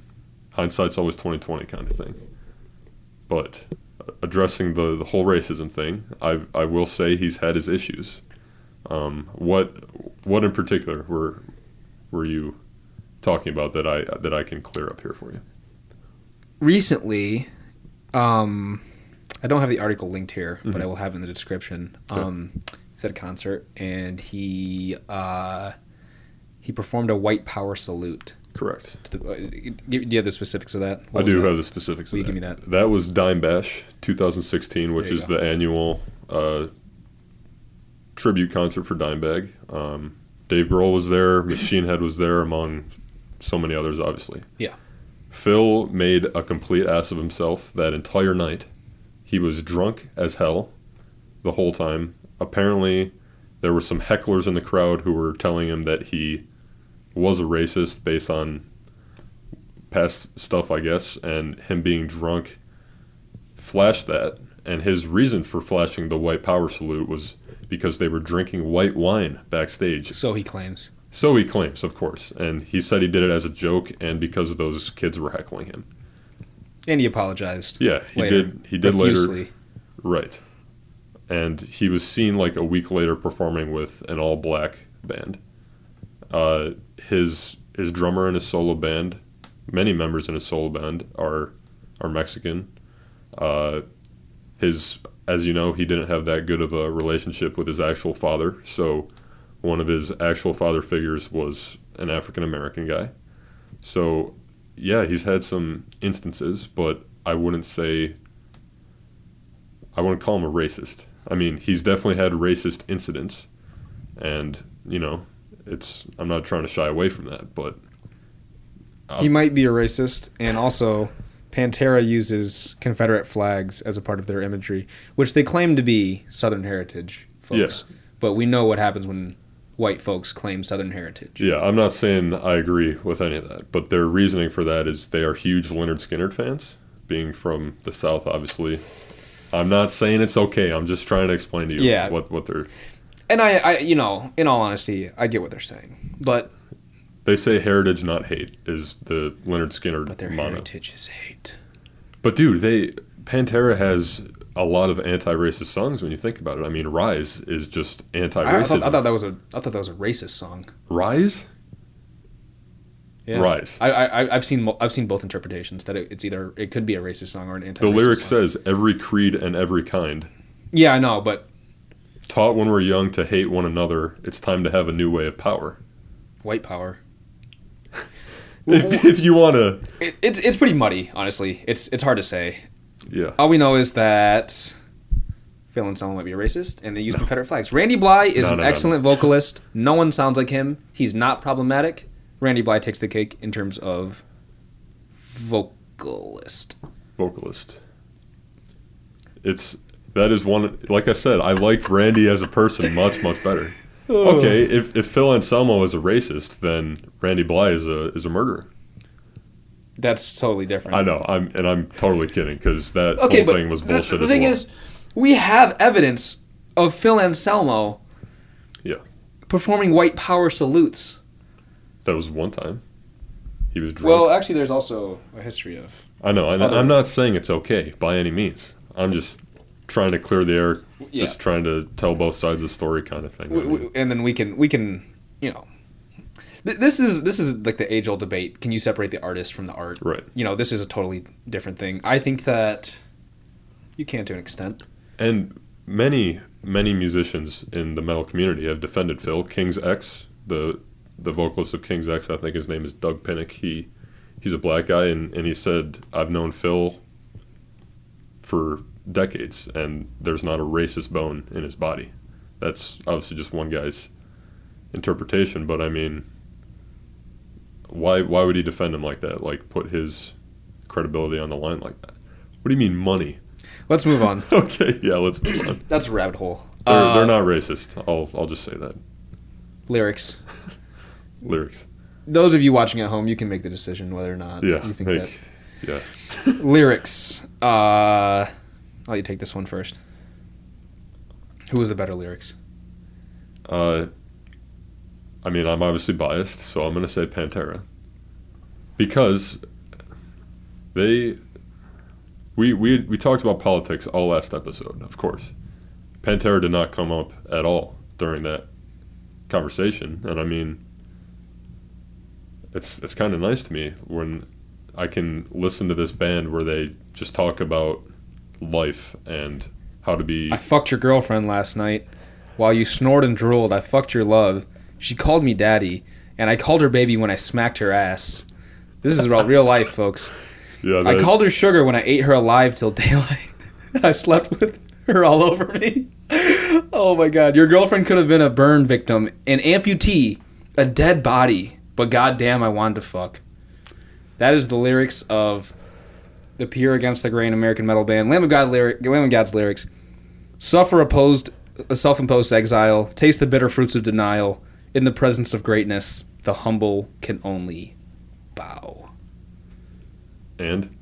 S3: hindsight's always twenty twenty kind of thing. But addressing the, the whole racism thing, I I will say he's had his issues. Um, what what in particular were were you talking about that I that I can clear up here for you?
S2: recently, um, I don't have the article linked here,
S3: Mm-hmm.
S2: but I will have it in the description. Um, he was at a concert and he uh, he performed a white power salute.
S3: Correct.
S2: To the, uh, do you have the specifics of that?
S3: I
S2: What was
S3: do
S2: that?
S3: have the specifics.
S2: Will
S3: of
S2: you give me
S3: that. That was Dime Bash 2016, which
S2: There you
S3: is the annual uh, tribute concert for Dimebag. Um, Dave Grohl was there, Machine Head was there, among so many others, obviously.
S2: Yeah.
S3: Phil made a complete ass of himself that entire night. He was drunk as hell. the whole time. Apparently, there were some hecklers in the crowd who were telling him that he was a racist based on past stuff, I guess, and him being drunk flashed that. And his reason for flashing the white power salute was because they were drinking white wine backstage
S2: So he claims.
S3: so he claims, of course, and he said he did it as a joke and because those kids were heckling him.
S2: And he apologized.
S3: Yeah, he
S2: Later.
S3: did. He did later,
S2: profusely.
S3: right? And he was seen like a week later performing with an all-black band. Uh, his his drummer in his solo band, many members in his solo band are are Mexican. Uh, his, as you know, he didn't have that good of a relationship with his actual father, so one of his actual father figures was an African American guy. So, yeah, he's had some instances, but I wouldn't say I wouldn't call him a racist. I mean, he's definitely had racist incidents, and you know, it's I'm not trying to shy away from that, but
S2: He might be a racist, and also Pantera uses Confederate flags as a part of their imagery, which they claim to be Southern heritage folks.
S3: Yes.
S2: But we know what happens when white folks claim Southern heritage.
S3: yeah, I'm not saying I agree with any of that. But their reasoning for that is they are huge Leonard Skinner fans, being from the South, obviously. I'm not saying it's okay. I'm just trying to explain to you
S2: Yeah.
S3: what what they're
S2: And I, I, you know, in all honesty, I get what they're saying, but
S3: They say heritage, not hate, is the Leonard Skinner
S2: but their
S3: motto.
S2: heritage is hate.
S3: But dude, they Pantera has a lot of anti-racist songs when you think about it. I mean, Rise is just
S2: I, I
S3: anti-racism.
S2: thought, I thought that was a, I thought that was a racist song.
S3: Rise,
S2: Yeah.
S3: Rise.
S2: I, I, I've seen, mo- I've seen both interpretations that it, it's either it could be a racist song or an anti.
S3: The lyric says every creed and every kind.
S2: Yeah, I know, but
S3: Taught when we're young to hate one another, it's time to have a new way of power.
S2: white power.
S3: If, if you wanna,
S2: It, it's it's pretty muddy, honestly. It's it's hard to say.
S3: yeah,
S2: All we know is that Phil Anselmo might be a racist, and they use Confederate flags. Randy Bly is
S3: No,
S2: an
S3: no, no,
S2: excellent vocalist. No one sounds like him. He's not problematic. Randy Bly takes the cake in terms of vocalist.
S3: vocalist. It's that is one. Like I said, I like Randy as a person much much better.
S2: Oh.
S3: Okay, if, if Phil Anselmo is a racist, then Randy Bly is a is a murderer.
S2: That's totally different.
S3: I know, I'm and I'm totally kidding because that
S2: okay,
S3: whole
S2: but
S3: thing was
S2: the-
S3: bullshit.
S2: The, thing
S3: as
S2: is, we have evidence of Phil Anselmo
S3: Yeah.
S2: performing white power salutes.
S3: well. that was one time he was drunk.
S2: Well, actually, there's also a history of
S3: I know, and
S2: other-
S3: I'm not saying it's okay by any means. I'm just trying to clear the air,
S2: Yeah.
S3: just trying to tell both sides of the story, kind of thing. I
S2: w-
S3: mean,
S2: w- and then we can we can you know Th- this is this is like the age old debate can you separate the artist from the art
S3: Right.
S2: you know this is a totally different thing i think that you can to an extent
S3: and many many musicians in the metal community have defended Phil King's X, the the vocalist of King's X. I think his name is Doug Pinnick. He he's a black guy, and and he said I've known Phil for decades, and there's not a racist bone in his body. That's obviously just one guy's interpretation, but I mean, why why would he defend him like that? Like put his credibility on the line like that? What do you mean money?
S2: let's move on
S3: Okay, yeah, let's move on.
S2: that's a rabbit hole
S3: They're,
S2: Uh,
S3: they're not racist. I'll I'll just say that
S2: lyrics
S3: lyrics.
S2: those of you watching at home you can make the decision whether or not
S3: Yeah,
S2: you think
S3: like,
S2: that
S3: yeah.
S2: lyrics uh i'll let you take this one first who was the better lyrics
S3: Uh, I mean, I'm obviously biased, so I'm gonna say Pantera because they we we we talked about politics all last episode, of course. Pantera did not come up at all during that conversation, and I mean, it's it's kind of nice to me when I can listen to this band where they just talk about life and how to be
S2: I fucked your girlfriend last night. While you snored and drooled, I fucked your love. She called me daddy, and I called her baby when I smacked her ass. This is about real life, folks.
S3: yeah.
S2: I
S3: that-
S2: called her sugar when I ate her alive till daylight. I slept with her all over me. Oh my god, your girlfriend could have been a burn victim, an amputee, a dead body, but goddamn, I wanted to fuck. That is the lyrics of the pure against the grain American metal band Lamb of God lyric, Lamb of God's lyrics. Suffer opposed, a self-imposed exile. Taste the bitter fruits of denial. In the presence of greatness, the humble can only bow.
S3: And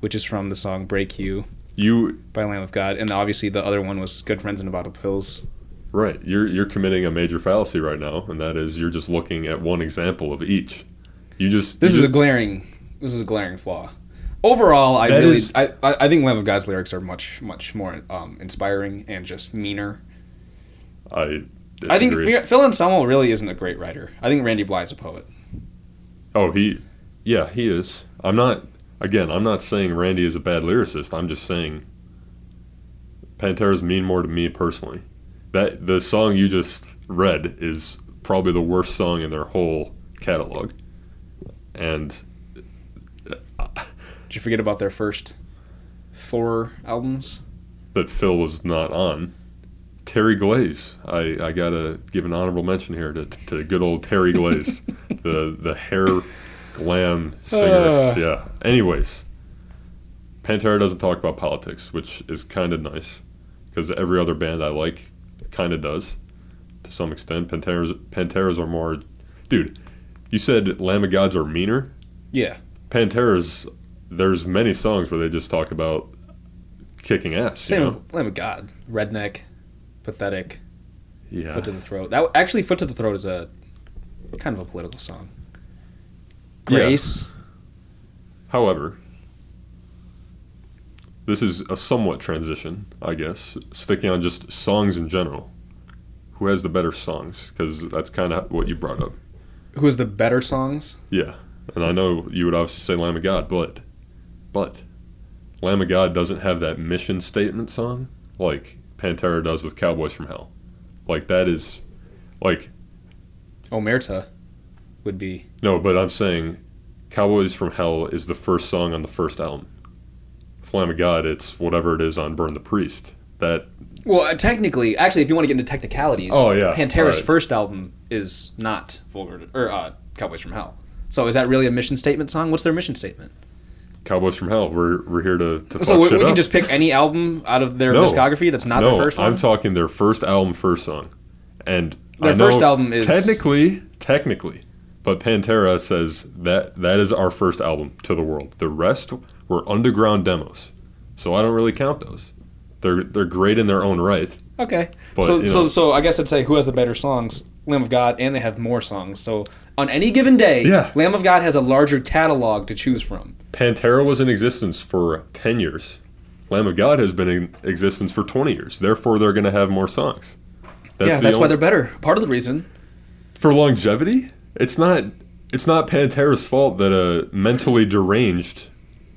S2: Which is from the song "Break You"
S3: you,
S2: by Lamb of God, and obviously the other one was "Good Friends and a Bottle of Pills."
S3: right? You're you're committing a major fallacy right now, and that is you're just looking at one example of each. You just
S2: This
S3: you
S2: is a
S3: just-
S2: glaring, this is a glaring flaw. Overall, I
S3: That
S2: really,
S3: is-
S2: I, I, I think Lamb of God's lyrics are much, much more um, inspiring and just meaner
S3: I
S2: I think
S3: disagree.
S2: Phil- Phil Anselmo really isn't a great writer. I think Randy Bly's a poet.
S3: Oh, he, yeah, he is. I'm not. Again, I'm not saying Randy is a bad lyricist. I'm just saying Pantera's mean more to me personally. That the song you just read is probably the worst song in their whole catalog, and
S2: Did you forget about their first four albums?
S3: that Phil was not on. Terry Glaze, I, I gotta give an honorable mention here to, to good old Terry Glaze, the the hair glam singer.
S2: Uh.
S3: Yeah. Anyways, Pantera doesn't talk about politics, which is kind of nice because every other band I like kind of does to some extent. Pantera's Pantera's are more, dude. You said Lamb of God's are meaner.
S2: Yeah.
S3: Pantera's there's many songs where they just talk about kicking ass. you
S2: Same
S3: know?
S2: with Lamb of God. Redneck, Pathetic,
S3: yeah.
S2: Foot to the Throat. That Actually, Foot to the Throat is a kind of a political song.
S3: Yeah.
S2: Grace.
S3: However, this is a somewhat transition, I guess, sticking on just songs in general. Who has the better songs? Because that's kind of what you brought up.
S2: Who's the better songs?
S3: Yeah, and I know you would obviously say Lamb of God, but, but, Lamb of God doesn't have that mission statement song like Pantera does with Cowboys from Hell. Like that is, like
S2: Omerta would be.
S3: No, but I'm saying Cowboys from Hell is the first song on the first album. With Lamb of God, it's whatever it is on Burn the Priest. That
S2: Well, uh, technically, actually, if you want to get into technicalities,
S3: Oh, yeah.
S2: Pantera's
S3: Alright.
S2: first album is not Vulgar or uh, Cowboys from Hell. So is that really a mission statement song? What's their mission statement?
S3: Cowboys from Hell, we're, we're here to, to fuck
S2: So we,
S3: shit
S2: we
S3: up.
S2: can just pick any album out of their
S3: No.
S2: discography that's not
S3: no,
S2: their first one.
S3: I'm talking their first album, first song. And
S2: Their
S3: I know
S2: first album is-
S3: technically technically, but Pantera says that that is our first album to the world. The rest were underground demos, so I don't really count those. They're they're great in their own right.
S2: okay.
S3: But,
S2: so
S3: you
S2: so
S3: know.
S2: so I guess I'd say who has the better songs? Lamb of God, and they have more songs. So on any given day,
S3: Yeah.
S2: Lamb of God has a larger catalog to choose from.
S3: Pantera was in existence for 10 years. Lamb of God has been in existence for 20 years. Therefore, they're going to have more songs. That's
S2: yeah,
S3: the
S2: that's why
S3: only-
S2: they're better. Part of the reason.
S3: for longevity. It's not it's not Pantera's fault that a mentally deranged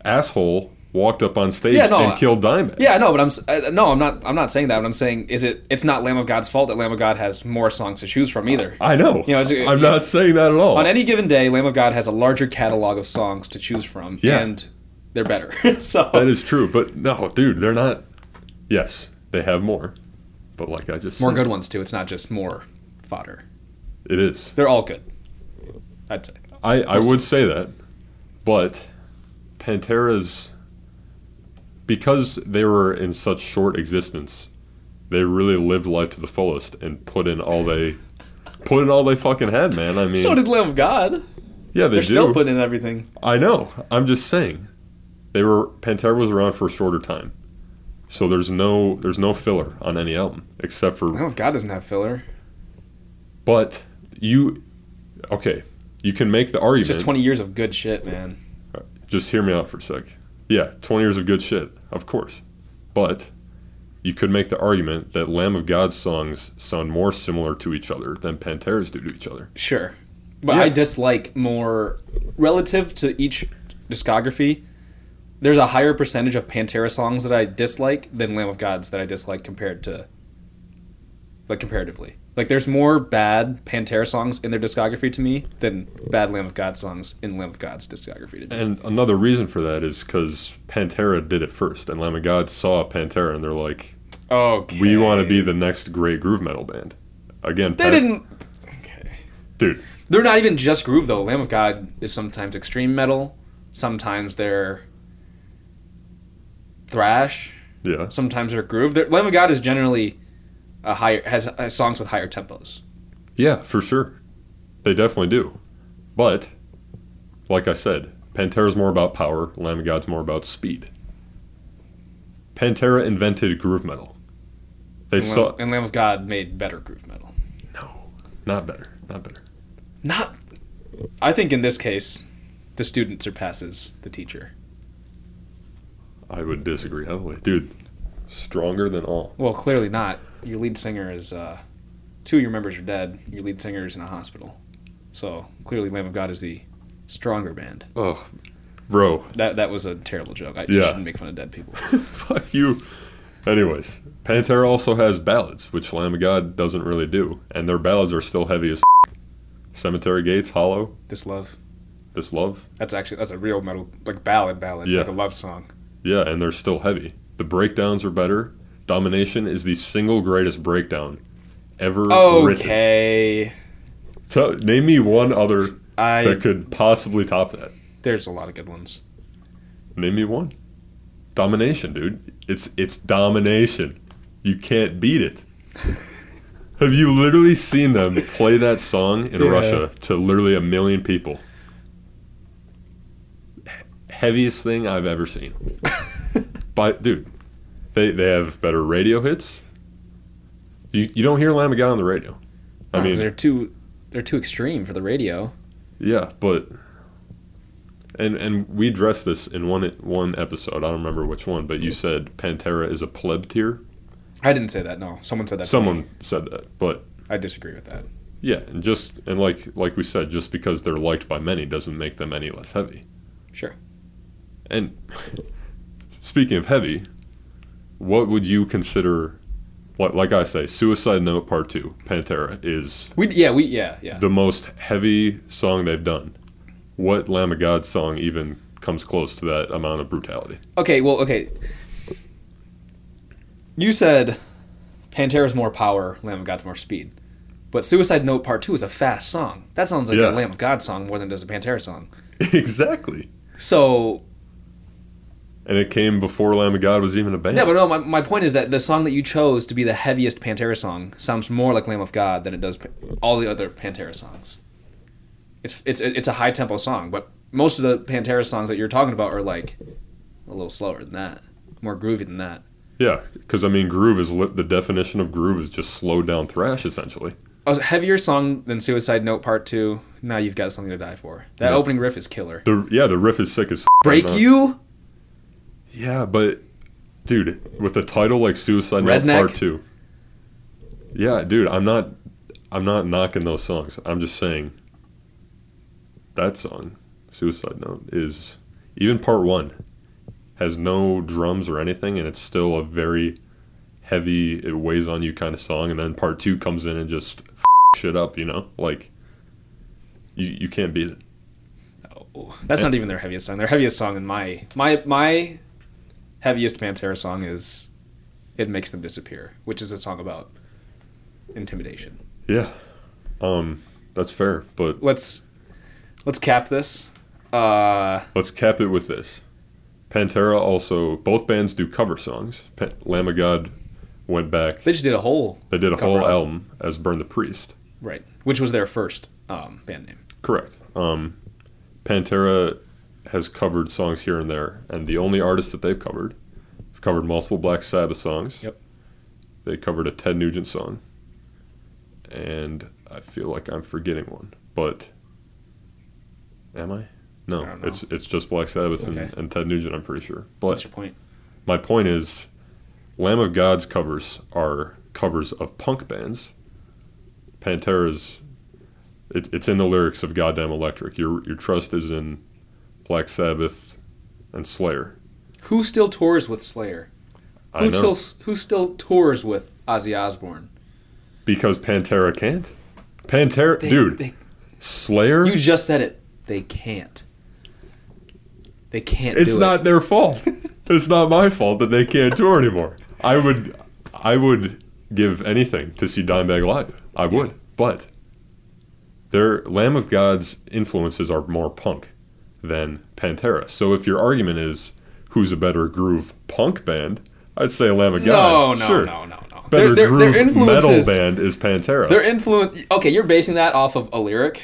S3: asshole walked up on stage
S2: Yeah, no,
S3: and
S2: I-
S3: killed Diamond.
S2: Yeah, no, but I'm s- uh, no, I'm not. I'm not saying that. What I'm saying is it. It's not Lamb of God's fault that Lamb of God has more songs to choose from either.
S3: I know.
S2: You know, it's-
S3: I'm not saying that at all.
S2: on any given day, Lamb of God has a larger catalog of songs to choose from,
S3: Yeah.
S2: and they're better. so
S3: that is true, but no, dude, they're not. Yes, they have more, but like I just
S2: more
S3: said,
S2: good ones too. It's not just more fodder.
S3: It is.
S2: They're all good. I'd say.
S3: I, I would say that, but Pantera's because they were in such short existence, they really lived life to the fullest and put in all they put in all they fucking had, man. I mean,
S2: So did Lamb of God. They
S3: yeah, they
S2: are
S3: do.
S2: still putting in everything.
S3: I know. I'm just saying, they were Pantera was around for a shorter time, so there's no there's no filler on any album except for
S2: Lamb of God doesn't have filler.
S3: but you okay. You can make the argument.
S2: It's just 20 years of good shit, man.
S3: just hear me out for a sec. Yeah, 20 years of good shit, of course. But you could make the argument that Lamb of God's songs sound more similar to each other than Pantera's do to each other.
S2: Sure. But
S3: Yeah.
S2: I dislike more relative to each discography. There's a higher percentage of Pantera songs that I dislike than Lamb of God's that I dislike compared to like comparatively. Like there's more bad Pantera songs in their discography to me than bad Lamb of God songs in Lamb of God's discography to me.
S3: And another reason for that is because Pantera did it first, and Lamb of God saw Pantera and they're like,
S2: Okay.
S3: we want to be the next great groove metal band. Again,
S2: They
S3: Pan-
S2: didn't. Okay.
S3: Dude.
S2: They're not even just groove though. Lamb of God is sometimes extreme metal. Sometimes they're thrash.
S3: Yeah.
S2: sometimes their groove. Their, Lamb of God is generally a higher has, has songs with higher tempos.
S3: Yeah, for sure. They definitely do. But, like I said, Pantera's more about power, Lamb of God's more about speed. Pantera invented groove metal. They
S2: And,
S3: saw.
S2: Lamb, and Lamb of God made better groove metal.
S3: No, not better. Not better.
S2: Not, I think in this case, the student surpasses the teacher.
S3: I would disagree heavily. Dude, stronger than all.
S2: Well, clearly not. Your lead singer is uh, two of your members are dead. Your lead singer is in a hospital, so clearly Lamb of God is the stronger band.
S3: Oh, bro,
S2: That that was a terrible joke. I
S3: Yeah.
S2: shouldn't make fun of dead people.
S3: fuck you. Anyways, Pantera also has ballads, which Lamb of God doesn't really do, and their ballads are still heavy as. f- Cemetery Gates, Hollow,
S2: this love.
S3: This Love.
S2: That's actually that's a real metal like ballad ballad
S3: Yeah.
S2: like a love song.
S3: Yeah, and they're still heavy. The breakdowns are better. Domination is the single greatest breakdown ever written.
S2: Okay.
S3: So name me one other
S2: I
S3: that could possibly top that.
S2: there's a lot of good ones.
S3: Name me one. Domination, dude. It's it's domination. You can't beat it. Have you literally seen them play that song in
S2: Yeah.
S3: Russia to literally a million people? He- Heaviest thing I've ever seen. but dude, they they have better radio hits. You you don't hear Lamb of God on the radio. I
S2: No, 'cause
S3: mean,
S2: Oh, they're too they're too extreme for the radio.
S3: yeah, but and and we addressed this in one one episode. I don't remember which one, but you said Pantera is a pleb tier.
S2: I didn't say that. No, someone said that. to me.
S3: Someone said that, but
S2: I disagree with that.
S3: yeah, and just and like like we said, just because they're liked by many doesn't make them any less heavy.
S2: Sure.
S3: And speaking of heavy, what would you consider? Like, like I say, Suicide Note Part Two, Pantera is
S2: We yeah we yeah yeah.
S3: the most heavy song they've done. What Lamb of God song even comes close to that amount of brutality?
S2: Okay. Well. Okay. You said Pantera's more power, Lamb of God's more speed. But Suicide Note Part Two is a fast song. That sounds like
S3: Yeah.
S2: a Lamb of God song more than it does a Pantera song.
S3: exactly.
S2: So
S3: And it came before Lamb of God was even a band.
S2: yeah, but no. My, my point is that the song that you chose to be the heaviest Pantera song sounds more like Lamb of God than it does pa- all the other Pantera songs. It's it's it's a high tempo song, but most of the Pantera songs that you're talking about are like a little slower than that, more groovy than that.
S3: yeah, because I mean, groove is li- the definition of groove is just slowed down thrash essentially.
S2: a heavier song than Suicide Note Part Two. Now you've got something to die for. That
S3: Yeah.
S2: opening riff is killer.
S3: The yeah, the riff is sick as. f-
S2: Break
S3: I'm not-
S2: you,
S3: Yeah, but dude, with a title like Suicide Note
S2: Redneck?
S3: Part Two. Yeah, dude, I'm not, I'm not knocking those songs. I'm just saying. That song, Suicide Note, is even Part One, has no drums or anything, and it's still a very heavy, it weighs on you kind of song. And then Part Two comes in and just f- shit up, you know, like. You, you can't beat it. Oh.
S2: that's not even their heaviest song. Their heaviest song in my my my heaviest Pantera song is "It Makes Them Disappear," which is a song about intimidation.
S3: Um, that's fair, but
S2: Let's let's cap this. Uh,
S3: Let's cap it with this. Pantera also, both bands do cover songs. Pa- Lamb of God went back.
S2: they just did a whole
S3: They did a
S2: Cover
S3: whole
S2: album.
S3: album as Burn the Priest.
S2: right, which was their first um, band name.
S3: Correct. Um, Pantera has covered songs here and there, and the only artist that they've covered, have covered multiple Black Sabbath songs.
S2: Yep.
S3: They covered a Ted Nugent song, and I feel like I'm forgetting one, but am I? No,
S2: I don't know.
S3: it's it's just Black Sabbath
S2: Okay.
S3: and, and Ted Nugent. I'm pretty sure, but
S2: What's your point?
S3: My point is, Lamb of God's covers are covers of punk bands. Pantera's, it, it's in the lyrics of "Goddamn Electric." Your your trust is in Black Sabbath and Slayer.
S2: Who still tours with Slayer?
S3: I
S2: Who
S3: know
S2: still who still tours with Ozzy Osbourne?
S3: because Pantera can't. Pantera,
S2: They-
S3: dude,
S2: they
S3: Slayer.
S2: You just said it. They can't. They can't.
S3: it's
S2: do
S3: not
S2: It.
S3: their fault. it's not my fault that they can't tour anymore. I would, I would give anything to see Dimebag live. I would, but their Lamb of God's influences are more punk than Pantera. So if your argument is who's a better groove punk band, I'd say Lamb of
S2: No,
S3: God.
S2: no,
S3: sure.
S2: no, no, no. their,
S3: Better
S2: their,
S3: groove
S2: their
S3: metal
S2: influences.
S3: band is Pantera.
S2: Their influence. Okay, you're basing that off of a lyric.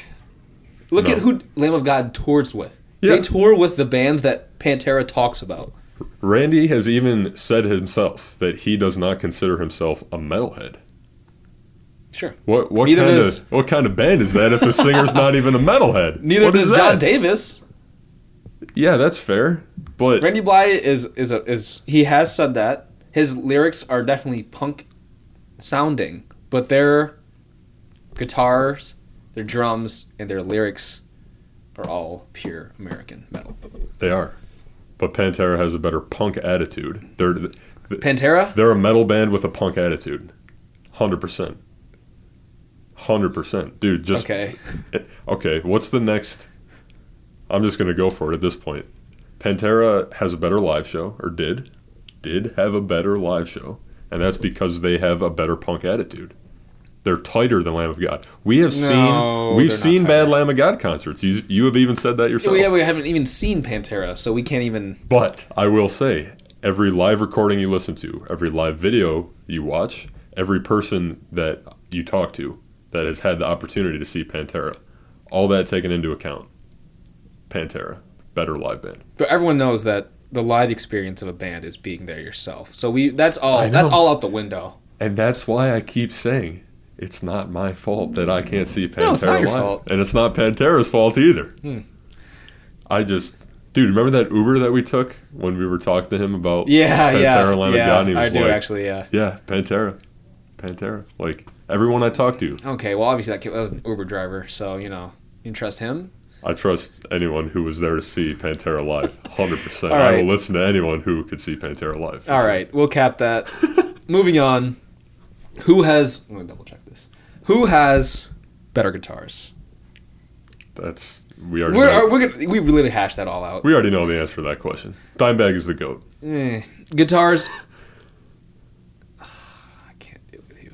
S2: Look
S3: No.
S2: at who Lamb of God tours with.
S3: Yeah.
S2: They tour with the bands that Pantera talks about.
S3: Randy has even said himself that he does not consider himself a metalhead.
S2: Sure.
S3: What what
S2: Neither
S3: kind
S2: does-
S3: of what kind of band is that if the singer's not even a metalhead?
S2: Neither
S3: What
S2: does
S3: is
S2: John
S3: that?
S2: Davis.
S3: Yeah, that's fair. But
S2: Randy Bly is is a, is he has said that his lyrics are definitely punk sounding, but their guitars, their drums, and their lyrics are all pure American metal.
S3: they are. But Pantera has a better punk attitude. They're
S2: Pantera,
S3: they're a metal band with a punk attitude. 100%. 100%. Dude, just
S2: okay.
S3: Okay, what's the next? I'm just gonna go for it at this point. Pantera has a better live show, or did, did have a better live show, and that's because they have a better punk attitude. They're tighter than Lamb of God. We have
S2: No,
S3: seen
S2: they're
S3: we've
S2: not
S3: seen bad
S2: tighter.
S3: Lamb of God concerts. You you have even said that yourself.
S2: We, we haven't even seen Pantera, so we can't even.
S3: But I will say, every live recording you listen to, every live video you watch, every person that you talk to that has had the opportunity to see Pantera, all that taken into account, Pantera, better live band.
S2: But everyone knows that the live experience of a band is being there yourself. So we that's all
S3: I
S2: that's
S3: know.
S2: all out the window.
S3: And that's why I keep saying it's not my fault that I can't see Pantera
S2: No, it's not your
S3: live.
S2: fault. Hmm.
S3: And it's not Pantera's fault either. I just dude, remember that Uber that we took when we were talking to him about
S2: Yeah,
S3: Pantera
S2: yeah,
S3: Lamb of
S2: yeah.
S3: God? And he
S2: I
S3: was
S2: do
S3: like,
S2: actually. Yeah.
S3: Yeah, Pantera. Pantera. Like everyone I talk to,
S2: Okay. Well, obviously that kid was an Uber driver, so you know you can trust him.
S3: I trust anyone who was there to see Pantera live. 100%.
S2: All
S3: I
S2: right.
S3: will listen to anyone who could see Pantera live.
S2: All right, we'll cap that. Moving on. Who has? I'm gonna double check this. Who has better guitars?
S3: That's we already
S2: We're,
S3: know,
S2: are, we're gonna, we really hash that all out.
S3: we already know the answer to that question. Dimebag is the goat.
S2: Eh, guitars. Ah, I can't deal with you.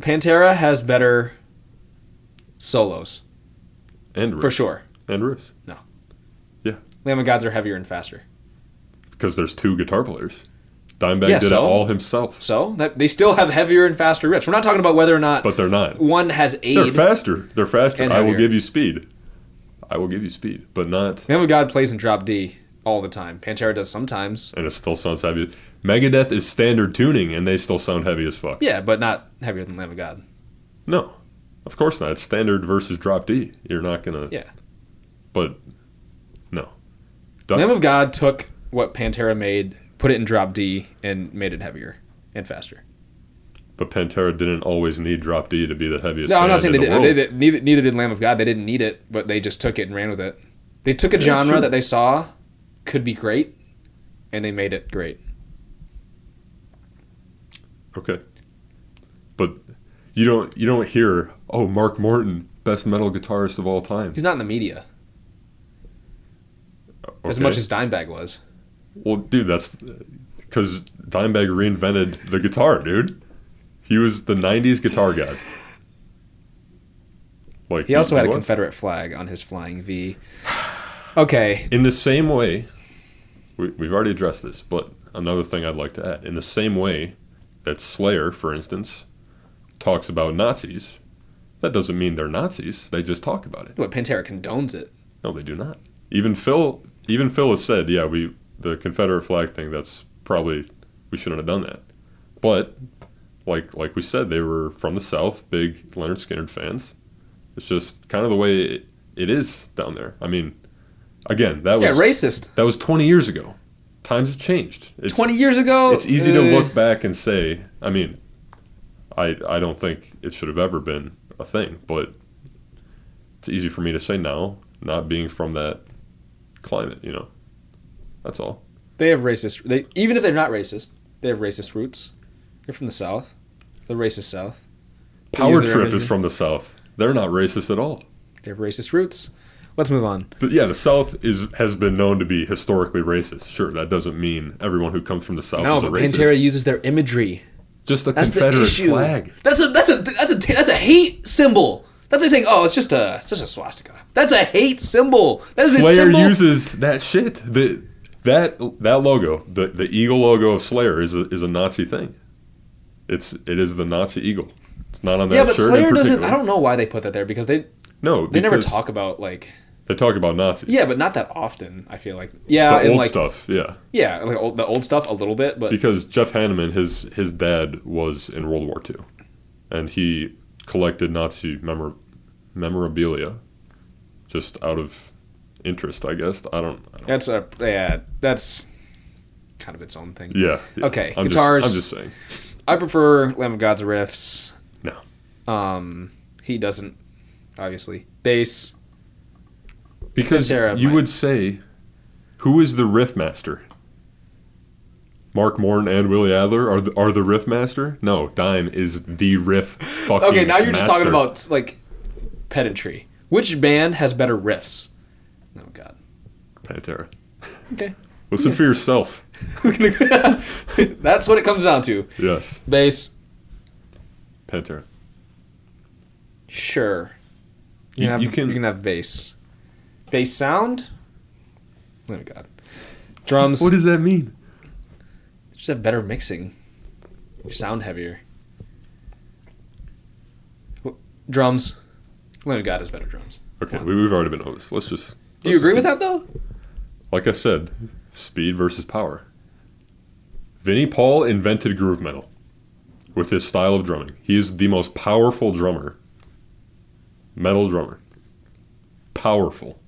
S2: Pantera has better solos
S3: And
S2: for
S3: riffs.
S2: sure.
S3: And riffs.
S2: Lamb of Gods are heavier and faster.
S3: Because there's two guitar players. Dimebag
S2: Yeah,
S3: did
S2: so?
S3: it all himself.
S2: So that they still have heavier and faster riffs. We're not talking about whether or not
S3: But they're not.
S2: one has
S3: They're
S2: aid.
S3: faster. They're faster.
S2: And
S3: I will
S2: heavier.
S3: give you speed. I will give you speed, but not
S2: Lamb of God plays in drop D all the time. Pantera does sometimes.
S3: and it still sounds heavy. Megadeth is standard tuning and they still sound heavy as fuck.
S2: Yeah, but not heavier than Lamb of God.
S3: No, of course not. It's standard versus drop D. You're not gonna.
S2: Yeah.
S3: But no. Dun-
S2: Lamb of God took what Pantera made, put it in drop D, and made it heavier and faster.
S3: but Pantera didn't always need drop D to be the heaviest.
S2: no, I'm not
S3: band
S2: saying they
S3: in
S2: did,
S3: the
S2: they
S3: world.
S2: did neither, neither did Lamb of God. They didn't need it, but they just took it and ran with it. They took a
S3: Yeah,
S2: genre
S3: sure.
S2: that they saw could be great, and they made it great.
S3: Okay. But you don't you don't hear oh Mark Morton best metal guitarist of all time
S2: He's not in the media as
S3: Okay.
S2: much as Dimebag was.
S3: well dude that's because Dimebag reinvented the guitar dude he was the '90s guitar god like
S2: He also had a
S3: was.
S2: Confederate flag on his flying V. Okay,
S3: In the same way, we, we've already addressed this, but another thing I'd like to add. In the same way that Slayer, for instance, talks about Nazis, that doesn't mean they're Nazis. They just talk about it.
S2: what Pantera condones it.
S3: No, they do not. Even Phil, even Phil has said, yeah, we the Confederate flag thing. That's probably we shouldn't have done that. But like like we said, they were from the South, big Leonard Skinner fans. It's just kind of the way it, it is down there. I mean, again, that was
S2: Yeah, racist.
S3: that was 20 years ago. Times have changed. It's,
S2: Twenty years ago,
S3: It's easy to
S2: uh,
S3: look back and say. I mean, I I don't think it should have ever been a thing, but it's easy for me to say now, not being from that climate. You know, that's all.
S2: They have racist. They even if they're not racist, they have racist roots. They're from the South, the racist South. They
S3: Power
S2: use their
S3: Trip is
S2: imagery.
S3: from the South. They're not racist at all.
S2: They have racist roots. Let's move on.
S3: But yeah, the South is has been known to be historically racist. Sure, that doesn't mean everyone who comes from the South
S2: no,
S3: is Oh, a
S2: but
S3: racist.
S2: Pantera uses their imagery.
S3: Just a
S2: That's the
S3: Confederate
S2: issue.
S3: flag.
S2: That's a that's a that's a that's a hate symbol. That's like saying, oh, it's just a it's just a swastika. That's a hate symbol. That's a
S3: Slayer
S2: symbol.
S3: uses that shit. The That that logo, the, the eagle logo of Slayer, is a, is a Nazi thing. It's it is the Nazi eagle. It's not on that
S2: yeah, but
S3: shirt
S2: Slayer
S3: in
S2: doesn't.
S3: particular.
S2: I don't know why they put that there because they
S3: no,
S2: they never
S3: because
S2: talk about like
S3: They talk about Nazis.
S2: yeah, but not that often. I feel like yeah,
S3: the
S2: and
S3: old
S2: like
S3: stuff. Yeah,
S2: yeah, like old, the old stuff a little bit, but
S3: because Jeff Hanneman, his his dad was in World War II, and he collected Nazi memor- memorabilia, just out of interest, I guess. I don't. I don't
S2: that's a yeah, that's kind of its own thing.
S3: yeah. yeah.
S2: Okay,
S3: I'm
S2: guitars.
S3: Just, I'm just saying.
S2: I prefer Lamb of God's riffs.
S3: No.
S2: Um, he doesn't, obviously. Bass.
S3: Because
S2: Pantera
S3: you
S2: might-
S3: would say, who is the riff master? Mark Morton and Willie Adler are the, are the riff master? No, Dime is the riff fucking
S2: Okay, now you're just talking
S3: master.
S2: about like pedantry. Which band has better riffs? Oh God.
S3: Pantera.
S2: Okay.
S3: Listen for yourself.
S2: That's what it comes down to.
S3: Yes,
S2: Bass,
S3: Pantera.
S2: sure. You
S3: You,
S2: can have,
S3: you can,
S2: you can have bass. Bass sound. Oh God. Drums.
S3: What does that mean?
S2: just have better mixing. Sound heavier. L- Drums. Lamb of God has better drums.
S3: Okay, we, we've already been over this. Let's just.
S2: Do you agree with that though?
S3: Like I said, speed versus power. Vinnie Paul invented groove metal with his style of drumming. He is the most powerful drummer, metal drummer. Powerful.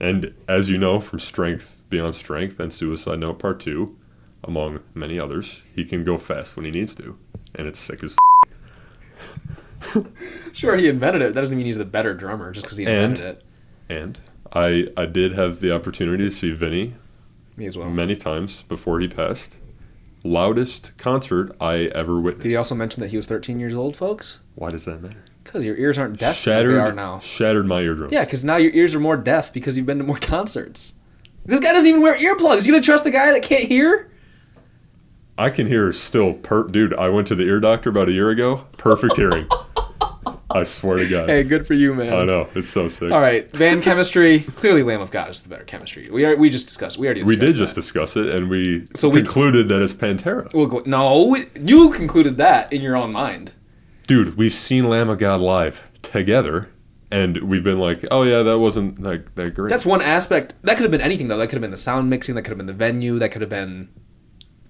S3: And as you know from Strength Beyond Strength and Suicide Note Part 2, among many others, he can go fast when he needs to. And it's sick as f.
S2: Sure, he invented it. That doesn't mean he's the better drummer just because he invented it.
S3: And I, I did have the opportunity to see Vinnie
S2: Me as well.
S3: many times before he passed. Loudest concert I ever witnessed.
S2: Did he also mention that he was 13 years old, folks?
S3: Why does that matter?
S2: Because your ears aren't deaf like
S3: shattered,
S2: they are now.
S3: shattered my eardrum.
S2: Yeah, because now your ears are more deaf because you've been to more concerts. This guy doesn't even wear earplugs. You gonna trust the guy that can't hear?
S3: I can hear still. Per- Dude, I went to the ear doctor about a year ago. Perfect hearing. I swear to God.
S2: Hey, good for you,
S3: I
S2: man.
S3: know it's so sick.
S2: All right, band chemistry. Clearly, Lamb of God is the better chemistry. We are, we just discussed. We already
S3: We
S2: discussed
S3: did
S2: that.
S3: just discuss it, and we
S2: So we-
S3: concluded that it's Pantera.
S2: Well, gl- no, you concluded that in your own mind.
S3: Dude, we've seen Lamb of God live together, and we've been like, "Oh yeah, that wasn't like that great."
S2: That's one aspect. That could have been anything, though. That could have been the sound mixing. That could have been the venue. That could have been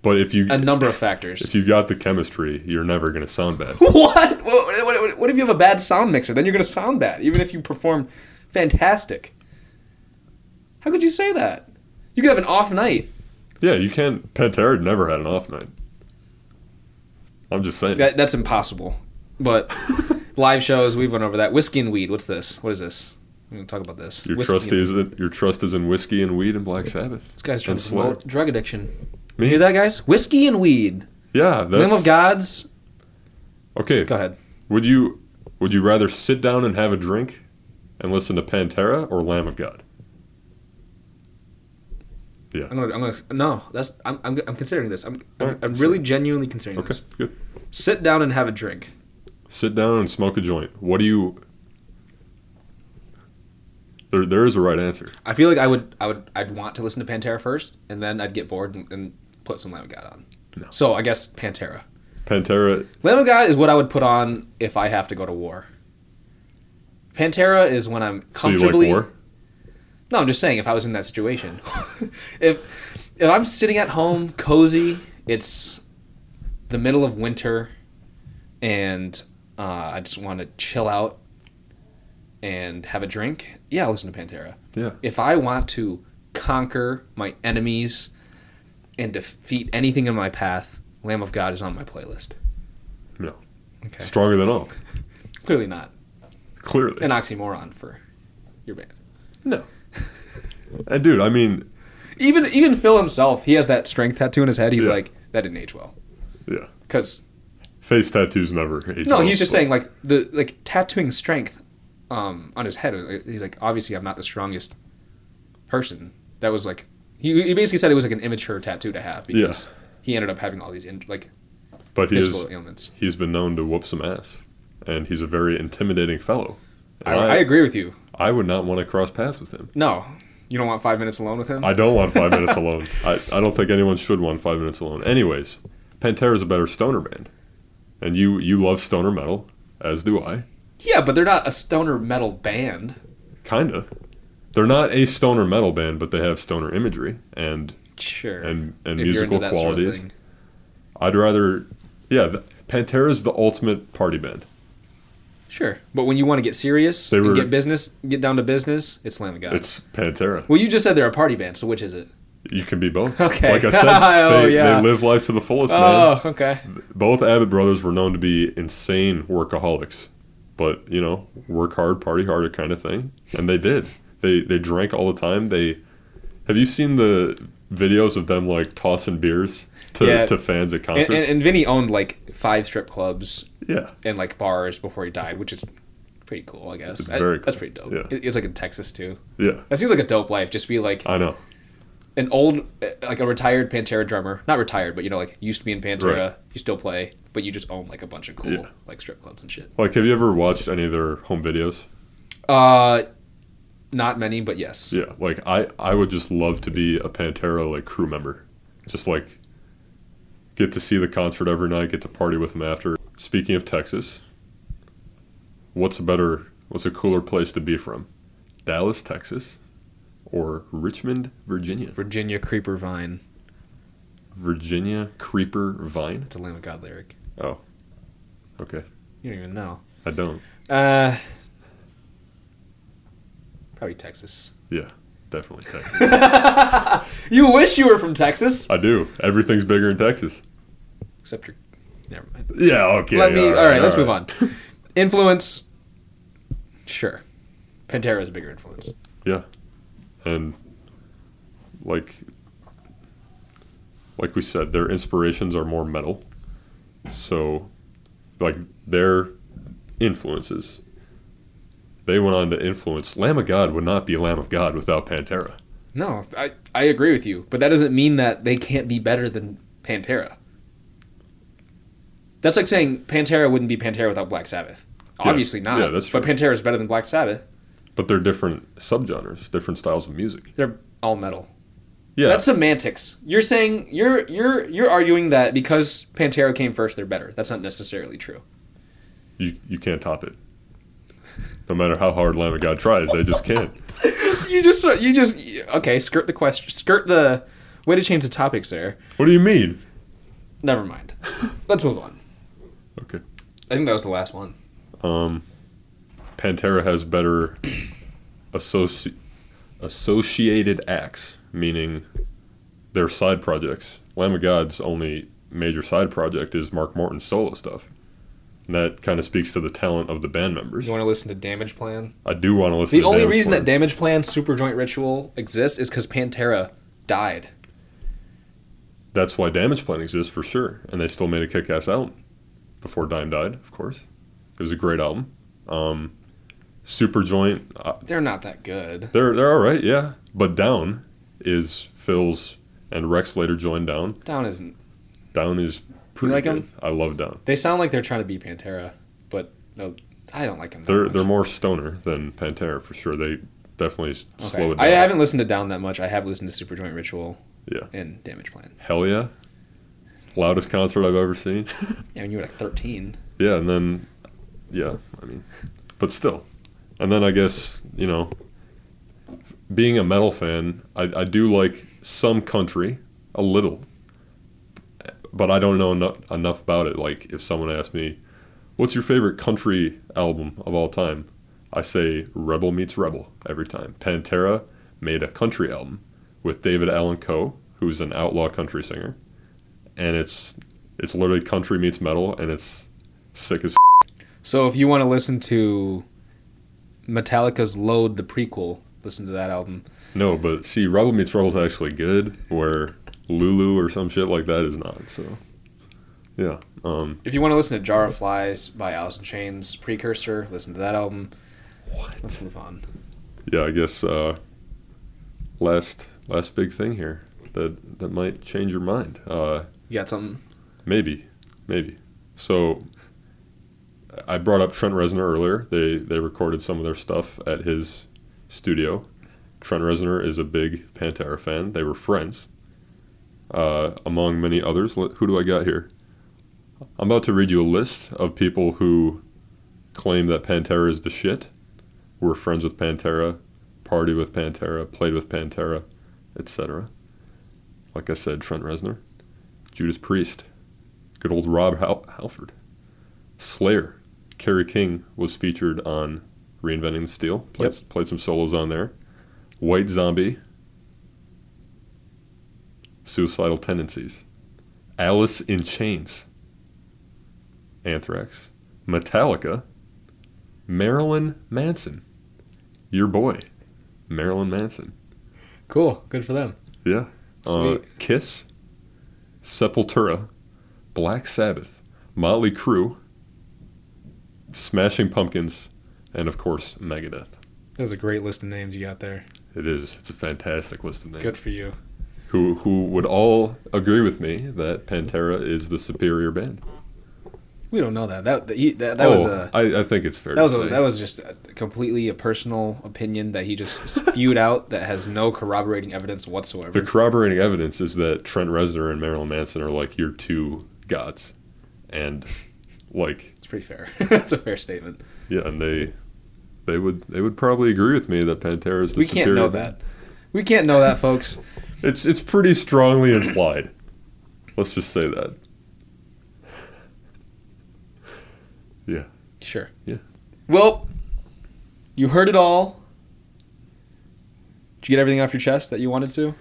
S3: but if you
S2: a number of
S3: if
S2: factors.
S3: you've got the chemistry, you're never gonna sound bad.
S2: What? What, what, what- what if you have a bad sound mixer? Then you're going to sound bad, even if you perform fantastic. How could you say that? You could have an off night.
S3: Yeah, you can't. Pantera never had an off night. I'm just saying.
S2: That, that's impossible. But live shows, we've went over that. Whiskey and weed. What's this? What is this? I'm going to talk about this.
S3: your
S2: Whiskey
S3: trust
S2: and-
S3: is in, your trust is in whiskey and weed and Black Sabbath.
S2: This guy's trying
S3: and
S2: to
S3: Slayer.
S2: promote drug addiction.
S3: Me?
S2: You hear that, guys? Whiskey and weed.
S3: Yeah, that's
S2: Lamb of God's.
S3: okay.
S2: Go ahead.
S3: Would you would you rather sit down and have a drink and listen to Pantera or Lamb of God?
S2: I'm gonna. I'm gonna. No, that's. I'm. I'm, I'm considering this. I'm. I'm,
S3: Alright,
S2: I'm
S3: consider
S2: really genuinely considering
S3: Okay,
S2: this.
S3: good.
S2: Sit down and have a drink.
S3: Sit down and smoke a joint. What do you? There, there is a right answer.
S2: I feel like I would. I would. I'd want to listen to Pantera first, and then I'd get bored and, and put some Lamb of God on.
S3: No.
S2: So I guess Pantera.
S3: Pantera.
S2: Lamb of God is what I would put on if I have to go to war. Pantera is when I'm
S3: So you like
S2: comfortably.
S3: war?
S2: No, I'm just saying if I was in that situation. if if I'm sitting at home cozy, it's the middle of winter and uh, I just want to chill out and have a drink, yeah, I'll listen to Pantera.
S3: Yeah.
S2: If I want to conquer my enemies and defeat anything in my path, Lamb of God is on my playlist.
S3: No.
S2: Okay.
S3: Stronger than all.
S2: Clearly not.
S3: Clearly.
S2: An oxymoron for your band.
S3: and dude, I mean,
S2: Even even Phil himself, he has that strength tattoo in his head. He's
S3: Yeah.
S2: like, that didn't age well.
S3: Yeah.
S2: Because
S3: Face tattoos never. age
S2: no,
S3: well,
S2: he's just
S3: but-
S2: saying like the like tattooing strength um, on his head. He's like, obviously, I'm not the strongest person. That was like he, he basically said it was like an immature tattoo to have because he ended up having all these in, like
S3: But he
S2: physical
S3: is,
S2: ailments.
S3: he's been known to whoop some ass, and he's a very intimidating fellow.
S2: I,
S3: And
S2: I agree with you.
S3: I would not want to cross paths with him.
S2: No, You don't want five minutes alone with him?
S3: I don't want five minutes alone. I, I don't think anyone should want five minutes alone. Anyways, Pantera's a better stoner band, and you you love stoner metal, as do I.
S2: yeah, but they're not a stoner metal band.
S3: Kinda. They're not a stoner metal band, but they have stoner imagery and
S2: Sure.
S3: and and
S2: If you're
S3: musical
S2: into that sort of
S3: qualities.
S2: thing.
S3: I'd rather, yeah. th- Pantera's the ultimate party band.
S2: Sure. But when you want to get serious
S3: They
S2: and
S3: were-
S2: get business, get down to business, it's Lamb of God.
S3: It's Pantera.
S2: well, you just said they're a party band, so which is it?
S3: You can be both.
S2: Okay.
S3: Like I said,
S2: Oh,
S3: they,
S2: yeah.
S3: they live life to the fullest, man.
S2: Oh, okay.
S3: Both Abbott brothers were known to be insane workaholics, but you know, work hard, party harder kind of thing, and they did. They they drank all the time. They have you seen the videos of them like tossing beers to,
S2: Yeah.
S3: to fans at
S2: And,
S3: concerts?
S2: and, and Vinny owned like five strip clubs
S3: yeah,
S2: and like bars before he died, which is pretty cool, I guess.
S3: It's
S2: I-
S3: very
S2: That's
S3: cool.
S2: pretty dope.
S3: Yeah.
S2: It- It's like in Texas too.
S3: yeah,
S2: That seems like a dope life. Just be like
S3: I know.
S2: an old, uh, like a retired Pantera drummer. Not retired, but you know, like used to be in Pantera. You still play, but you just own like a bunch of cool
S3: Yeah.
S2: like strip clubs and shit.
S3: Like, have you ever watched any of their home videos?
S2: Uh, not many, but yes.
S3: Yeah, like I, I would just love to be a Pantera like crew member, just like get to see the concert every night, get to party with them after. Speaking of Texas, what's a better, what's a cooler place to be from, Dallas, Texas, or Richmond, Virginia?
S2: Virginia Creeper Vine.
S3: Virginia Creeper Vine.
S2: It's a Lamb of God lyric.
S3: Okay,
S2: You don't even know.
S3: I don't
S2: Uh, probably Texas.
S3: definitely Texas.
S2: You wish you were from Texas.
S3: I do. Everything's bigger in Texas.
S2: Except you're. Never mind.
S3: Yeah. Okay.
S2: Let me. All right, let's move on.
S3: move on.
S2: Influence. Sure. Pantera is a bigger influence.
S3: and like like we said their inspirations are more metal so like their influences they went on to influence lamb of god would not be lamb of god without pantera
S2: No, I, I agree with you, but that doesn't mean that they can't be better than Pantera. That's like saying Pantera wouldn't be Pantera without Black Sabbath. Obviously not.
S3: Yeah, that's
S2: but Pantera is better than Black Sabbath.
S3: but they're different subgenres different styles of music
S2: All metal.
S3: yeah
S2: That's semantics. You're saying you're you're you're arguing that because Pantera came first, they're better. That's not necessarily true.
S3: you, you can't top it no matter how hard lamb of god tries they just can't
S2: You just you just okay. Skirt the question. Skirt the way to change the topics there.
S3: what do you mean
S2: Never mind. Let's move on.
S3: Okay.
S2: I think that was the last one.
S3: um pantera has better associ- associated acts, meaning their side projects. Lamb of God's only major side project is Mark Morton's solo stuff. And that kind of speaks to the talent of the band members.
S2: You want to listen to Damage Plan?
S3: I do want to listen
S2: The
S3: to
S2: only
S3: Damage
S2: reason
S3: Plan.
S2: that Damage Plan Super Joint Ritual exists is because Pantera died.
S3: That's why Damage Plan exists for sure. And they still made a kick ass album before Dime died, of course. It was a great album. Um, Superjoint, uh,
S2: They're not that good.
S3: They're they're all right, yeah. But down is Phil's and Rex later joined down.
S2: Down isn't.
S3: Down is pretty
S2: like
S3: good.
S2: 'em?
S3: I love down.
S2: They sound like they're trying to be Pantera, but no, I don't like them. That
S3: They're
S2: much.
S3: they're more stoner than Pantera for sure. They definitely s
S2: Okay.
S3: slow it down.
S2: I haven't listened to Down that much. I have listened to Super Joint Ritual.
S3: Yeah.
S2: And Damage Plan.
S3: Hell yeah. Loudest concert I've ever seen.
S2: Yeah, when you were like 13.
S3: yeah, and then yeah, I mean but still. And then I guess, you know, being a metal fan, I, I do like some country a little, but I don't know eno- enough about it. Like if someone asked me, "What's your favorite country album of all time?" I say Rebel Meets Rebel every time. Pantera made a country album with David Allan Coe, who's an outlaw country singer, and it's it's literally country meets metal, and it's sick as. F-
S2: So if you want to listen to Metallica's Load, the prequel, listen to that album.
S3: no, but see, Rebel Meets Rebel's actually good, where Lulu or some shit like that is not. So, yeah. Um,
S2: If you want to listen to Jar of Flies by Alice in Chains precursor, listen to that album. What? Let's move on.
S3: yeah, I guess uh, last last big thing here that that might change your mind. Uh,
S2: You got something?
S3: maybe, maybe. So I brought up Trent Reznor earlier. They they recorded some of their stuff at his studio, Trent Reznor is a big Pantera fan. They were friends. Uh, among many others, Li- who do I got here? I'm about to read you a list of people who claim that Pantera is the shit. Were friends with Pantera, party with Pantera, played with Pantera, etc. Like I said, Trent Reznor, Judas Priest, good old Rob Hal- Halford, Slayer, Kerry King was featured on Reinventing the Steel. Played, played some solos on there. White Zombie. Suicidal Tendencies. Alice in Chains. Anthrax. Metallica. Marilyn Manson. Your boy, Marilyn Manson.
S2: Cool. Good for them.
S3: Yeah. Uh,
S2: Sweet.
S3: Kiss. Sepultura. Black Sabbath. Motley Crue. Smashing Pumpkins. And of course, Megadeth.
S2: That was a great list of names you got there.
S3: It is. It's a fantastic list of names.
S2: Good for you.
S3: Who who would all agree with me that Pantera is the superior band?
S2: We don't know that. That that, he- that, that was a
S3: I, I think it's fair
S2: that
S3: Oh, to
S2: was a,
S3: say.
S2: that was just a, completely a personal opinion that he just spewed out that has no corroborating evidence
S3: the
S2: whatsoever.
S3: corroborating evidence is that Trent Reznor and Marilyn Manson are like your two gods, and like
S2: It's pretty fair. That's a fair statement.
S3: yeah, and they they would they would probably agree with me that Pantera is the
S2: we
S3: superior.
S2: can't know
S3: band.
S2: that. We can't know that, folks.
S3: It's it's pretty strongly implied. Let's just say that.
S2: Sure.
S3: Yeah.
S2: Well, you heard it all. Did you get everything off your chest that you wanted to?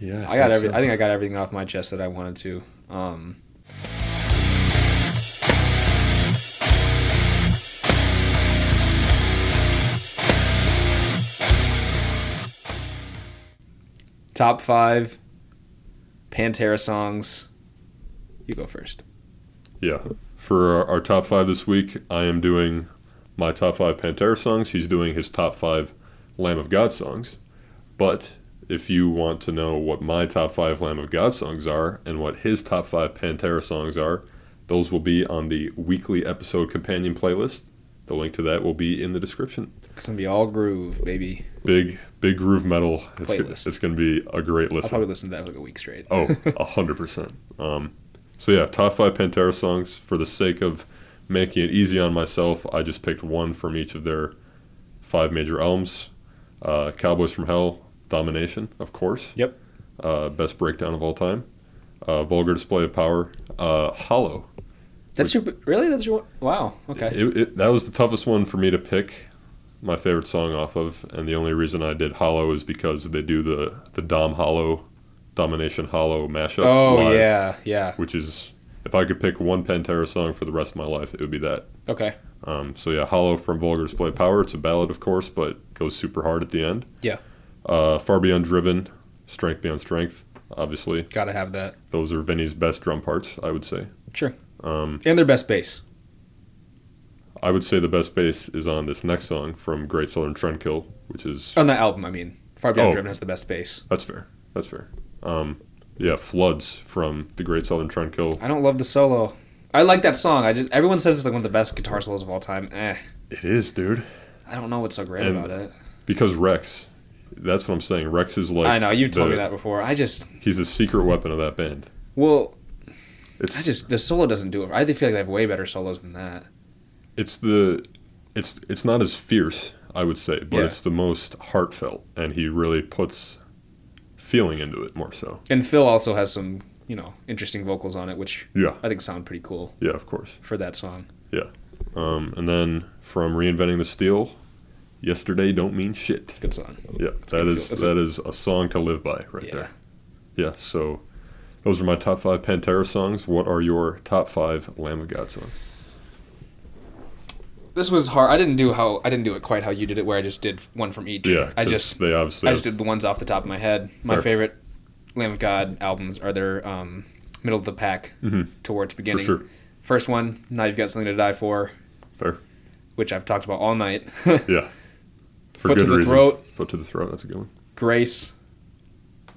S3: Yeah,
S2: I got every. I think I got everything off my chest that I wanted to. Um, top five Pantera songs. You go first.
S3: Yeah. For our, our top five this week, I am doing my top five Pantera songs. He's doing his top five Lamb of God songs. But if you want to know what my top five Lamb of God songs are and what his top five Pantera songs are, those will be on the weekly episode companion playlist. The link to that will be in the description.
S2: It's gonna be all groove, baby.
S3: Big, big groove metal. It's, go-
S2: Playlist.
S3: it's going to be a great
S2: I'll
S3: listen.
S2: probably listen to that for like a week straight.
S3: Oh, a hundred percent. Um, so yeah, top five Pantera songs. For the sake of making it easy on myself, I just picked one from each of their five major albums. Uh, Cowboys from Hell, Domination, of course.
S2: Yep.
S3: Uh, best breakdown of all time. Uh, Vulgar display of power. Uh, Hollow.
S2: That's your really. That's your wow. Okay.
S3: It, it, that was the toughest one for me to pick my favorite song off of, and the only reason I did Hollow is because they do the the Dom Hollow, Domination Hollow mashup.
S2: Oh
S3: live.
S2: yeah, yeah.
S3: which is if I could pick one Pantera song for the rest of my life, it would be that.
S2: Okay.
S3: Um, so yeah, Hollow from Vulgar Display of Power. It's a ballad, of course, but goes super hard at the end.
S2: Yeah.
S3: Uh, Far Beyond Driven, Strength Beyond Strength. Obviously,
S2: Gotta have that.
S3: those are Vinny's best drum parts. I would say.
S2: Sure.
S3: Um,
S2: And their best bass.
S3: I would say the best bass is on this next song from Great Southern Trendkill, which is
S2: On that album, I mean. Far Beyond
S3: Oh.
S2: Driven has the best bass.
S3: that's fair. That's fair. Um, yeah, Floods from the Great Southern Trendkill.
S2: I don't love the solo. I like that song. I just everyone says it's like one of the best guitar solos of all time. Eh.
S3: It is, dude.
S2: I don't know what's so great
S3: And
S2: about it.
S3: Because Rex. That's what I'm saying. Rex is like
S2: I know, you've told
S3: the-
S2: me that before. I just
S3: He's the secret weapon of that band.
S2: well,
S3: It's
S2: I just the solo doesn't do it. I feel like they have way better solos than that.
S3: it's the it's it's not as fierce, I would say, but
S2: Yeah.
S3: it's the most heartfelt, and he really puts feeling into it more so.
S2: And Phil also has some, you know, interesting vocals on it, which
S3: Yeah.
S2: I think sound pretty cool
S3: Yeah, of course.
S2: for that song.
S3: Um, and then from reinventing the steel, yesterday don't mean shit.
S2: Good song.
S3: Yeah,
S2: a
S3: that
S2: good feel.
S3: is
S2: That's a-
S3: that is a song to live by right
S2: Yeah.
S3: there. Yeah. So those are my top five Pantera songs. What are your top five Lamb of God songs?
S2: This was hard. I didn't do how I didn't do it quite how you did it, where I just did one from each.
S3: Yeah,
S2: I
S3: 'cause
S2: just
S3: they obviously
S2: I
S3: have-
S2: just did the ones off the top of my head. My
S3: Fair.
S2: favorite Lamb of God albums are their um, middle of the pack towards beginning.
S3: Mm-hmm, sure.
S2: First one, now you've got something to die for,
S3: fair.
S2: which I've talked about all night.
S3: Yeah. For
S2: Foot to the throat.
S3: Foot to the throat. That's a good one.
S2: Grace,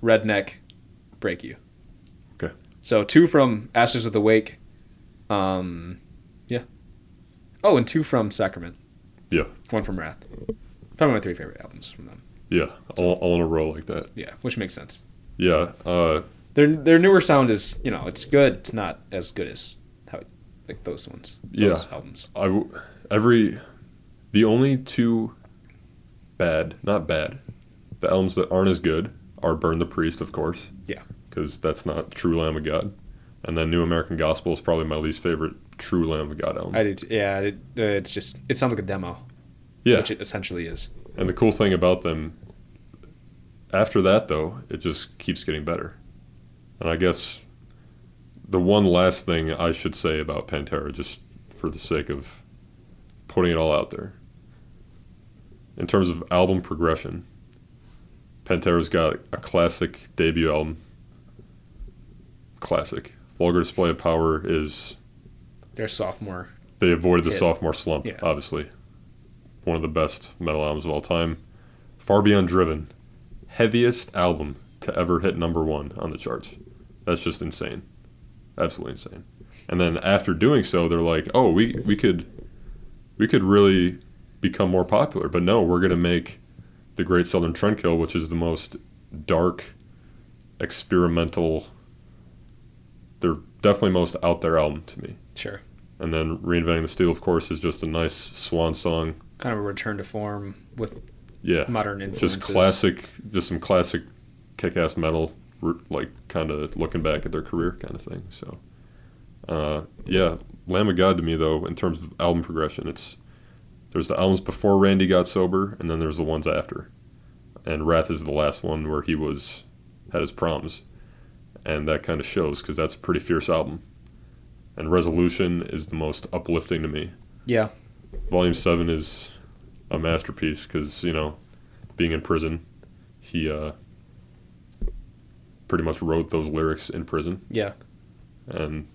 S2: Redneck, Break You.
S3: Okay.
S2: So two from Ashes of the Wake. Um, yeah. Oh, and two from Sacrament.
S3: Yeah.
S2: One from Wrath. Probably my three favorite albums from them.
S3: Yeah, all, all in a row like that.
S2: Yeah, which makes sense.
S3: Yeah, uh,
S2: Their their newer sound is you know it's good. It's not as good as how like those ones. Those albums.
S3: I w- every the only two bad, not bad, the albums that aren't as good are "Burn the Priest," of course.
S2: Yeah.
S3: because that's not True Lamb of God, and then "New American Gospel" is probably my least favorite True Lamb of God album.
S2: I did. Yeah, it, uh, it's just it sounds like a demo.
S3: yeah,
S2: Which it essentially is.
S3: and the cool thing about them after that though, it just keeps getting better, and I guess the one last thing I should say about Pantera, just for the sake of putting it all out there, in terms of album progression, Pantera's got a classic debut album. Classic. Vulgar Display of Power is
S2: Their sophomore.
S3: they avoided the
S2: Yeah.
S3: sophomore slump,
S2: Yeah.
S3: obviously. One of the best metal albums of all time. Far Beyond Driven, heaviest album to ever hit number one on the charts. That's just insane. Absolutely insane. And then after doing so, they're like, oh, we, we could we could really become more popular. But no, we're gonna make the Great Southern Trendkill, which is the most dark, experimental they're definitely most out there album to me.
S2: Sure.
S3: And then reinventing the steel, of course, is just a nice swan song.
S2: Kind of a return to form with
S3: Yeah,
S2: modern influences.
S3: just classic, just some classic kick-ass metal, r- like kind of looking back at their career kind of thing. So, uh, yeah, Lamb of God to me though, in terms of album progression, it's there's the albums before Randy got sober, and then there's the ones after. And Wrath is the last one where he was had his problems, and that kind of shows because that's a pretty fierce album. And Resolution is the most uplifting to me.
S2: Yeah.
S3: Volume Seven is a masterpiece because you know, being in prison, he uh, pretty much wrote those lyrics in prison.
S2: Yeah.
S3: And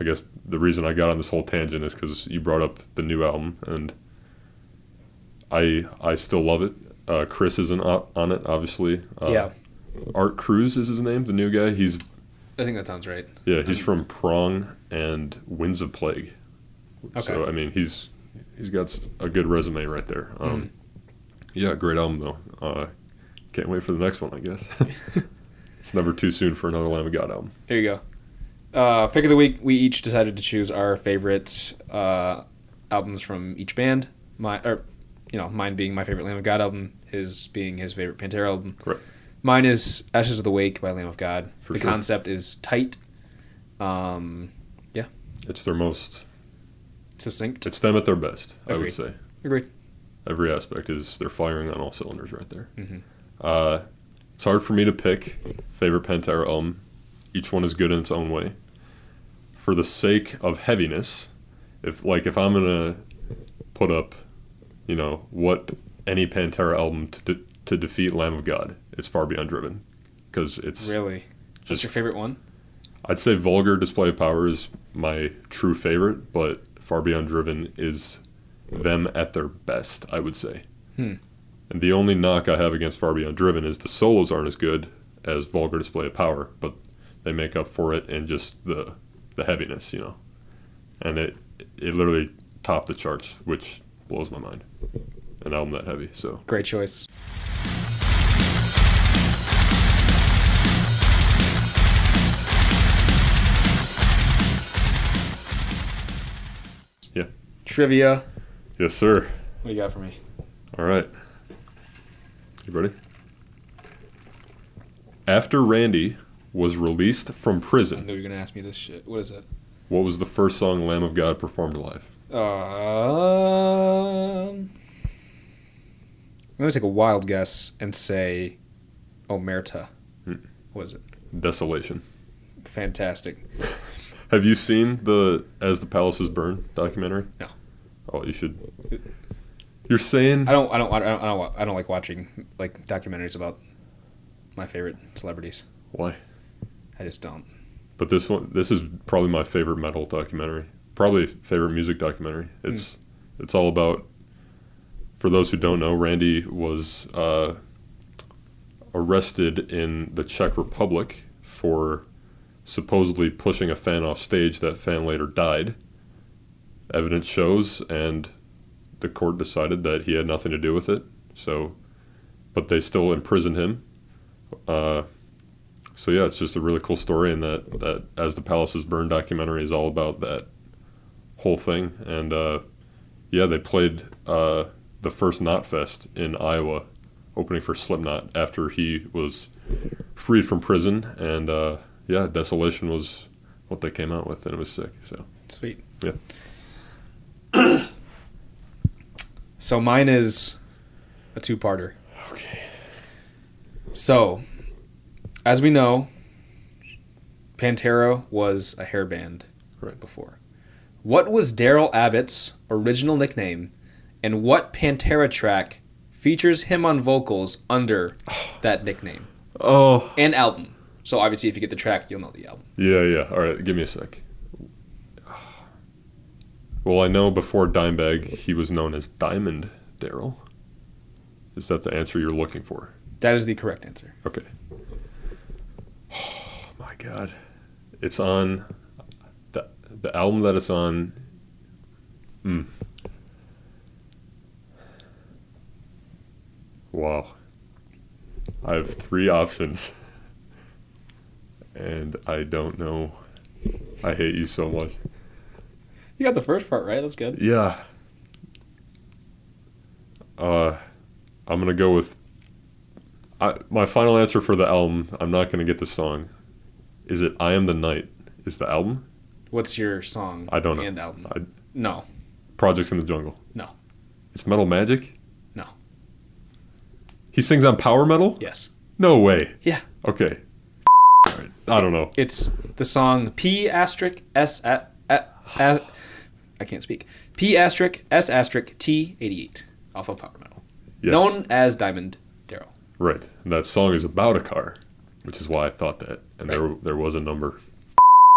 S3: I guess the reason I got on this whole tangent is because you brought up the new album, and I I still love it. Uh, Chris isn't o- on it, obviously. Uh,
S2: yeah.
S3: Art Cruz is his name, the new guy. He's
S2: I think that sounds right.
S3: yeah, he's from Prong and Winds of Plague. So
S2: Okay.
S3: I mean, he's he's got s- a good resume right there. Um, Yeah, great album though. Uh, can't wait for the next one, I guess. it's never too soon for another Lamb of God album.
S2: Here you go. Uh, pick of the week. We each decided to choose our favorite uh, albums from each band. My, or you know, mine being my favorite Lamb of God album, his being his favorite Pantera album.
S3: Right.
S2: Mine is Ashes of the Wake by Lamb of God.
S3: For
S2: the
S3: sure.
S2: concept is tight, um,
S3: It's their most.
S2: succinct.
S3: It's them at their best. I
S2: Agreed.
S3: would say.
S2: Agreed.
S3: Every aspect is they're firing on all cylinders right there.
S2: Mhm.
S3: Uh, it's hard for me to pick favorite Pantera album. Each one is good in its own way. For the sake of heaviness, if like if I'm gonna put up, you know, what any Pantera album to de- to defeat Lamb of God, it's far beyond driven, because it's
S2: Really. What's
S3: just
S2: your favorite one?
S3: I'd say Vulgar Display of Power is my true favorite, but Far Beyond Driven is them at their best, I would say.
S2: Hmm.
S3: And the only knock I have against Far Beyond Driven is the solos aren't as good as Vulgar Display of Power, but they make up for it in just the the heaviness, you know. And it it literally topped the charts, which blows my mind. An album that heavy, so
S2: Great choice.
S3: Yeah.
S2: Trivia.
S3: yes, sir.
S2: What do you got for me?
S3: All right. You ready? After Randy was released from
S2: I
S3: prison,
S2: knew you were gonna ask me this shit. What is it?
S3: what was the first song Lamb of God performed live?
S2: Um, I'm gonna take a wild guess and say Omerta.
S3: Hmm.
S2: What is it?
S3: Desolation.
S2: Fantastic.
S3: Have you seen the As the Palaces Burn documentary?
S2: No.
S3: Oh, you should. You're saying
S2: I don't. I don't. I don't. I don't, wa- I don't like watching like documentaries about my favorite celebrities.
S3: why?
S2: I just don't.
S3: But this one, this is probably my favorite metal documentary. Probably favorite music documentary. It's it's all about. For those who don't know, Randy was uh, arrested in the Czech Republic for supposedly pushing a fan off stage. That fan later died. Evidence shows, and the court decided that he had nothing to do with it. So, but they still imprisoned him. Uh, so yeah, it's just a really cool story, and that that as the palaces burn documentary is all about that whole thing. And uh, yeah, they played uh, the first Knotfest in Iowa, opening for Slipknot after he was freed from prison, and uh, yeah, Desolation was what they came out with, and it was sick. So
S2: Sweet.
S3: Yeah.
S2: so mine is a two parter.
S3: okay,
S2: So, as we know, Pantera was a hair band
S3: Right.
S2: before. What was Daryl Abbott's original nickname, and what Pantera track features him on vocals under that nickname
S3: oh
S2: and album? So obviously, if you get the track, you'll know the album.
S3: yeah, yeah. All right, give me a sec. Well, I know before Dimebag, he was known as Diamond Daryl. Is that the answer you're looking for?
S2: That is the correct answer.
S3: Okay. Oh my god. It's on the the album that it's on. Mm. Wow. I have three options. And I don't know. I hate you so much.
S2: You got the first part right. That's good.
S3: Yeah. Uh, I'm gonna go with. I, my final answer for the album. I'm not gonna get the song. Is it "I Am the Night"? Is the album
S2: What's your song?
S3: I don't know.
S2: and album.
S3: I-
S2: no,
S3: "Projects in the Jungle"?
S2: No.
S3: It's Metal Magic.
S2: No.
S3: He sings on power metal.
S2: yes,
S3: No way.
S2: Yeah.
S3: Okay. All right. I don't know.
S2: it's the song P asterisk S a, a, a, I can't speak. P asterisk S asterisk T eighty eight off of Power Metal,
S3: Yes.
S2: known as Diamond Daryl.
S3: Right. And that song is about a car, which is why I thought that. And there there was a number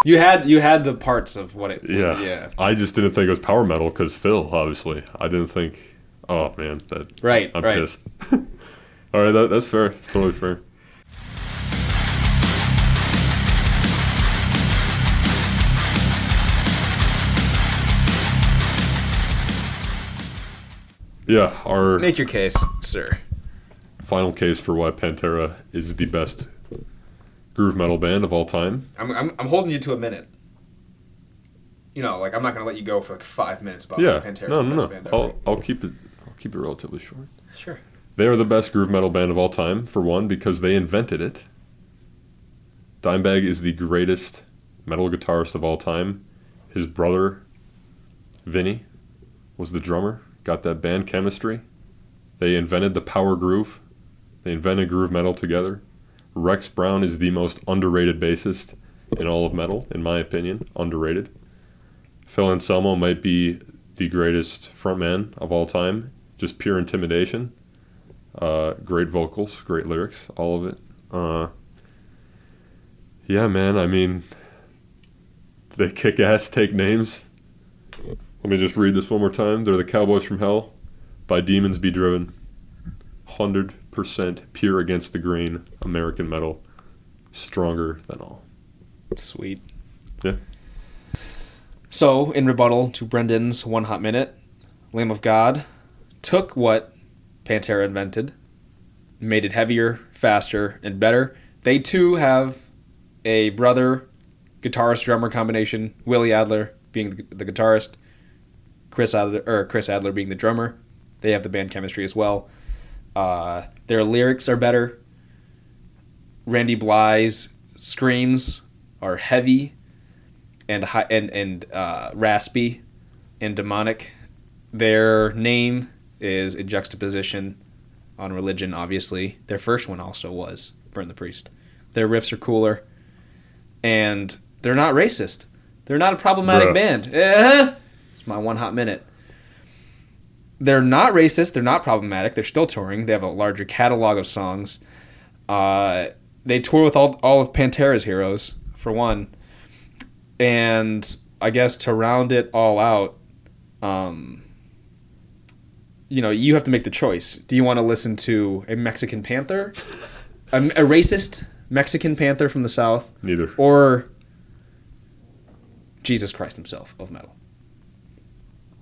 S2: You had you had the parts of what it.
S3: Yeah.
S2: Yeah.
S3: I just didn't think it was power metal because Phil, obviously. I didn't think. Oh man, that
S2: Right.
S3: I'm
S2: right.
S3: pissed. All right, that, that's fair. It's totally fair. Yeah, our
S2: Make your case, sir.
S3: final case for why Pantera is the best groove metal band of all time.
S2: I'm, I'm I'm holding you to a minute. You know, like I'm not gonna let you go for like five minutes about
S3: yeah,
S2: Pantera's the
S3: no, no,
S2: best
S3: Oh. no.
S2: band ever.
S3: I'll, I'll keep it. I'll keep it relatively short.
S2: Sure.
S3: They are the best groove metal band of all time, for one, because they invented it. Dimebag is the greatest metal guitarist of all time. His brother, Vinny, was the drummer, got that band chemistry. They invented the power groove. They invented groove metal together. Rex Brown is the most underrated bassist in all of metal, in my opinion. Underrated. Phil Anselmo might be the greatest frontman of all time, just pure intimidation. Uh, great vocals, great lyrics, all of it. Uh, yeah, man. I mean, they kick ass, take names. Let me just read this one more time. They're the Cowboys from Hell, by demons be driven. Hundred percent pure against the grain, American metal, stronger than all.
S2: Sweet.
S3: Yeah.
S2: So, in rebuttal to Brendan's One Hot Minute, Lamb of God took what Pantera invented, made it heavier, faster, and better. They too have a brother guitarist drummer combination, Willie Adler being the the guitarist, Chris Adler or Chris Adler being the drummer. They have the band chemistry as well. Uh, their lyrics are better. Randy Bly's screams are heavy and hi- and and uh, raspy and demonic. Their name is a juxtaposition on religion. Obviously, their first one also was Burn the Priest. Their riffs are cooler, and they're not racist. They're not a problematic
S3: Bruh.
S2: band. Eh? It's my one hot minute. They're not racist. They're not problematic. They're still touring. They have a larger catalog of songs. Uh, they tour with all all of Pantera's heroes for one and I guess to round it all out, um, you know, you have to make the choice. Do you want to listen to a Mexican Panther, a, a racist Mexican Panther from the South,
S3: Neither.
S2: or Jesus Christ himself of metal?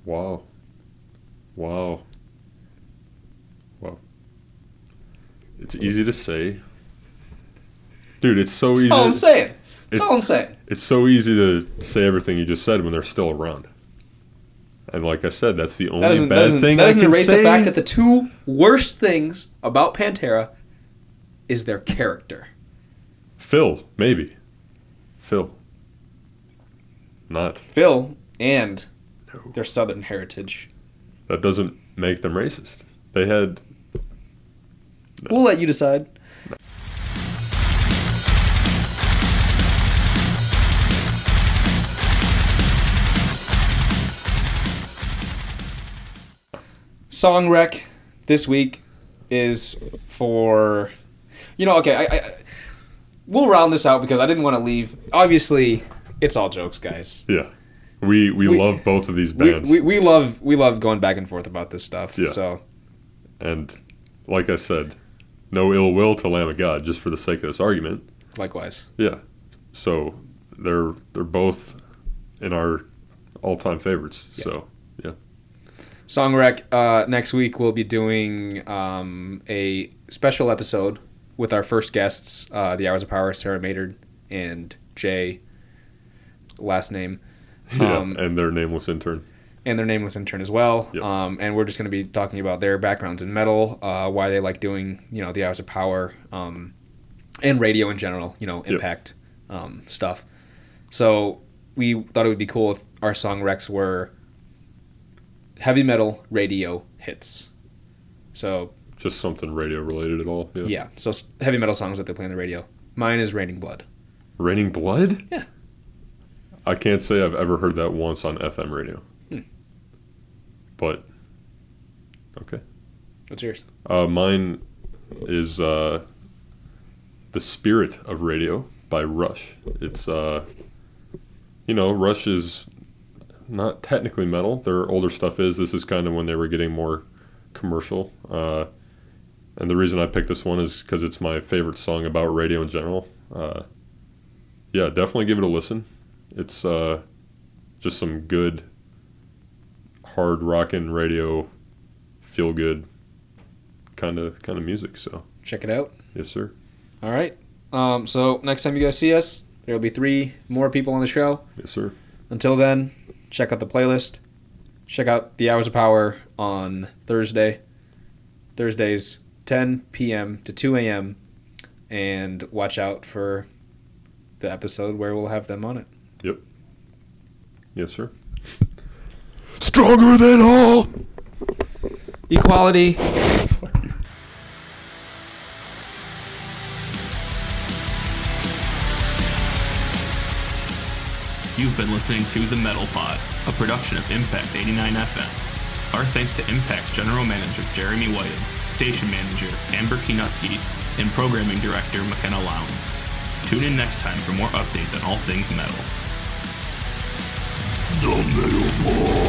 S3: Wow. Wow. Wow. It's easy to say. Dude, it's so
S2: That's
S3: easy.
S2: all I'm saying. That's
S3: Oh, it's-
S2: all I'm saying.
S3: It's so easy to say everything you just said when they're still around. And like I said, that's the
S2: That
S3: only
S2: doesn't,
S3: bad
S2: doesn't,
S3: thing
S2: that
S3: I
S2: doesn't
S3: can
S2: erase
S3: say.
S2: the fact that the two worst things about Pantera is their character.
S3: Phil, maybe. Phil. Not.
S2: Phil and
S3: No.
S2: their southern heritage.
S3: That doesn't make them racist. They had.
S2: We'll let you decide. Song rec this week is for you know okay I, I I- we'll round this out because I didn't want to leave obviously it's all jokes guys
S3: Yeah. We, we
S2: We-
S3: love both of these
S2: we,
S3: bands.
S2: we, we love we love going back and forth about this stuff
S3: Yeah.
S2: so
S3: and like I said, no ill will to Lamb of God just for the sake of this argument.
S2: likewise
S3: So they're they're both in our all time favorites. So
S2: Song Rec, uh, next week we'll be doing um, a special episode with our first guests, uh, the Hours of Power, Sarah Maynard and Jay, last name,
S3: yeah,
S2: Um,
S3: and their nameless intern.
S2: and their nameless intern as well.
S3: Yep.
S2: Um, and we're just going to be talking about their backgrounds in metal, uh, why they like doing, you know, the Hours of Power, um, and radio in general, you know,
S3: Yep.
S2: impact um, stuff. So we thought it would be cool if our song recs were heavy metal radio hits. So
S3: Just something radio related at all. Yeah.
S2: Yeah, so s- heavy metal songs that they play on the radio. Mine is Raining Blood.
S3: Raining blood?
S2: Yeah.
S3: I can't say I've ever heard that once on FM radio.
S2: Hmm.
S3: But
S2: What's yours?
S3: uh, mine is uh, The Spirit of Radio by Rush. It's uh you know, Rush is not technically metal. Their older stuff is. This is kind of when they were getting more commercial. Uh, and the reason I picked this one is because it's my favorite song about radio in general. Uh, yeah, definitely give it a listen. It's uh, just some good, hard rockin' radio, feel good kind of kind of music. So
S2: Check it out.
S3: yes, sir.
S2: All right. Um, so next time you guys see us, there will be three more people on the show.
S3: Yes, sir.
S2: Until then, check out the playlist. Check out the Hours of Power on Thursday. Thursdays, 10 p.m. to 2 a.m. And watch out for the episode where we'll have them on it.
S3: Yes, sir. Stronger than all.
S2: Equality.
S1: You've been listening to The Metal Pod, a production of Impact 89 FM. Our thanks to Impact's general manager, Jeremy White, station manager, Amber Kinutsky, and programming director, McKenna Lowndes. Tune in next time for more updates on all things metal. The Metal Pod.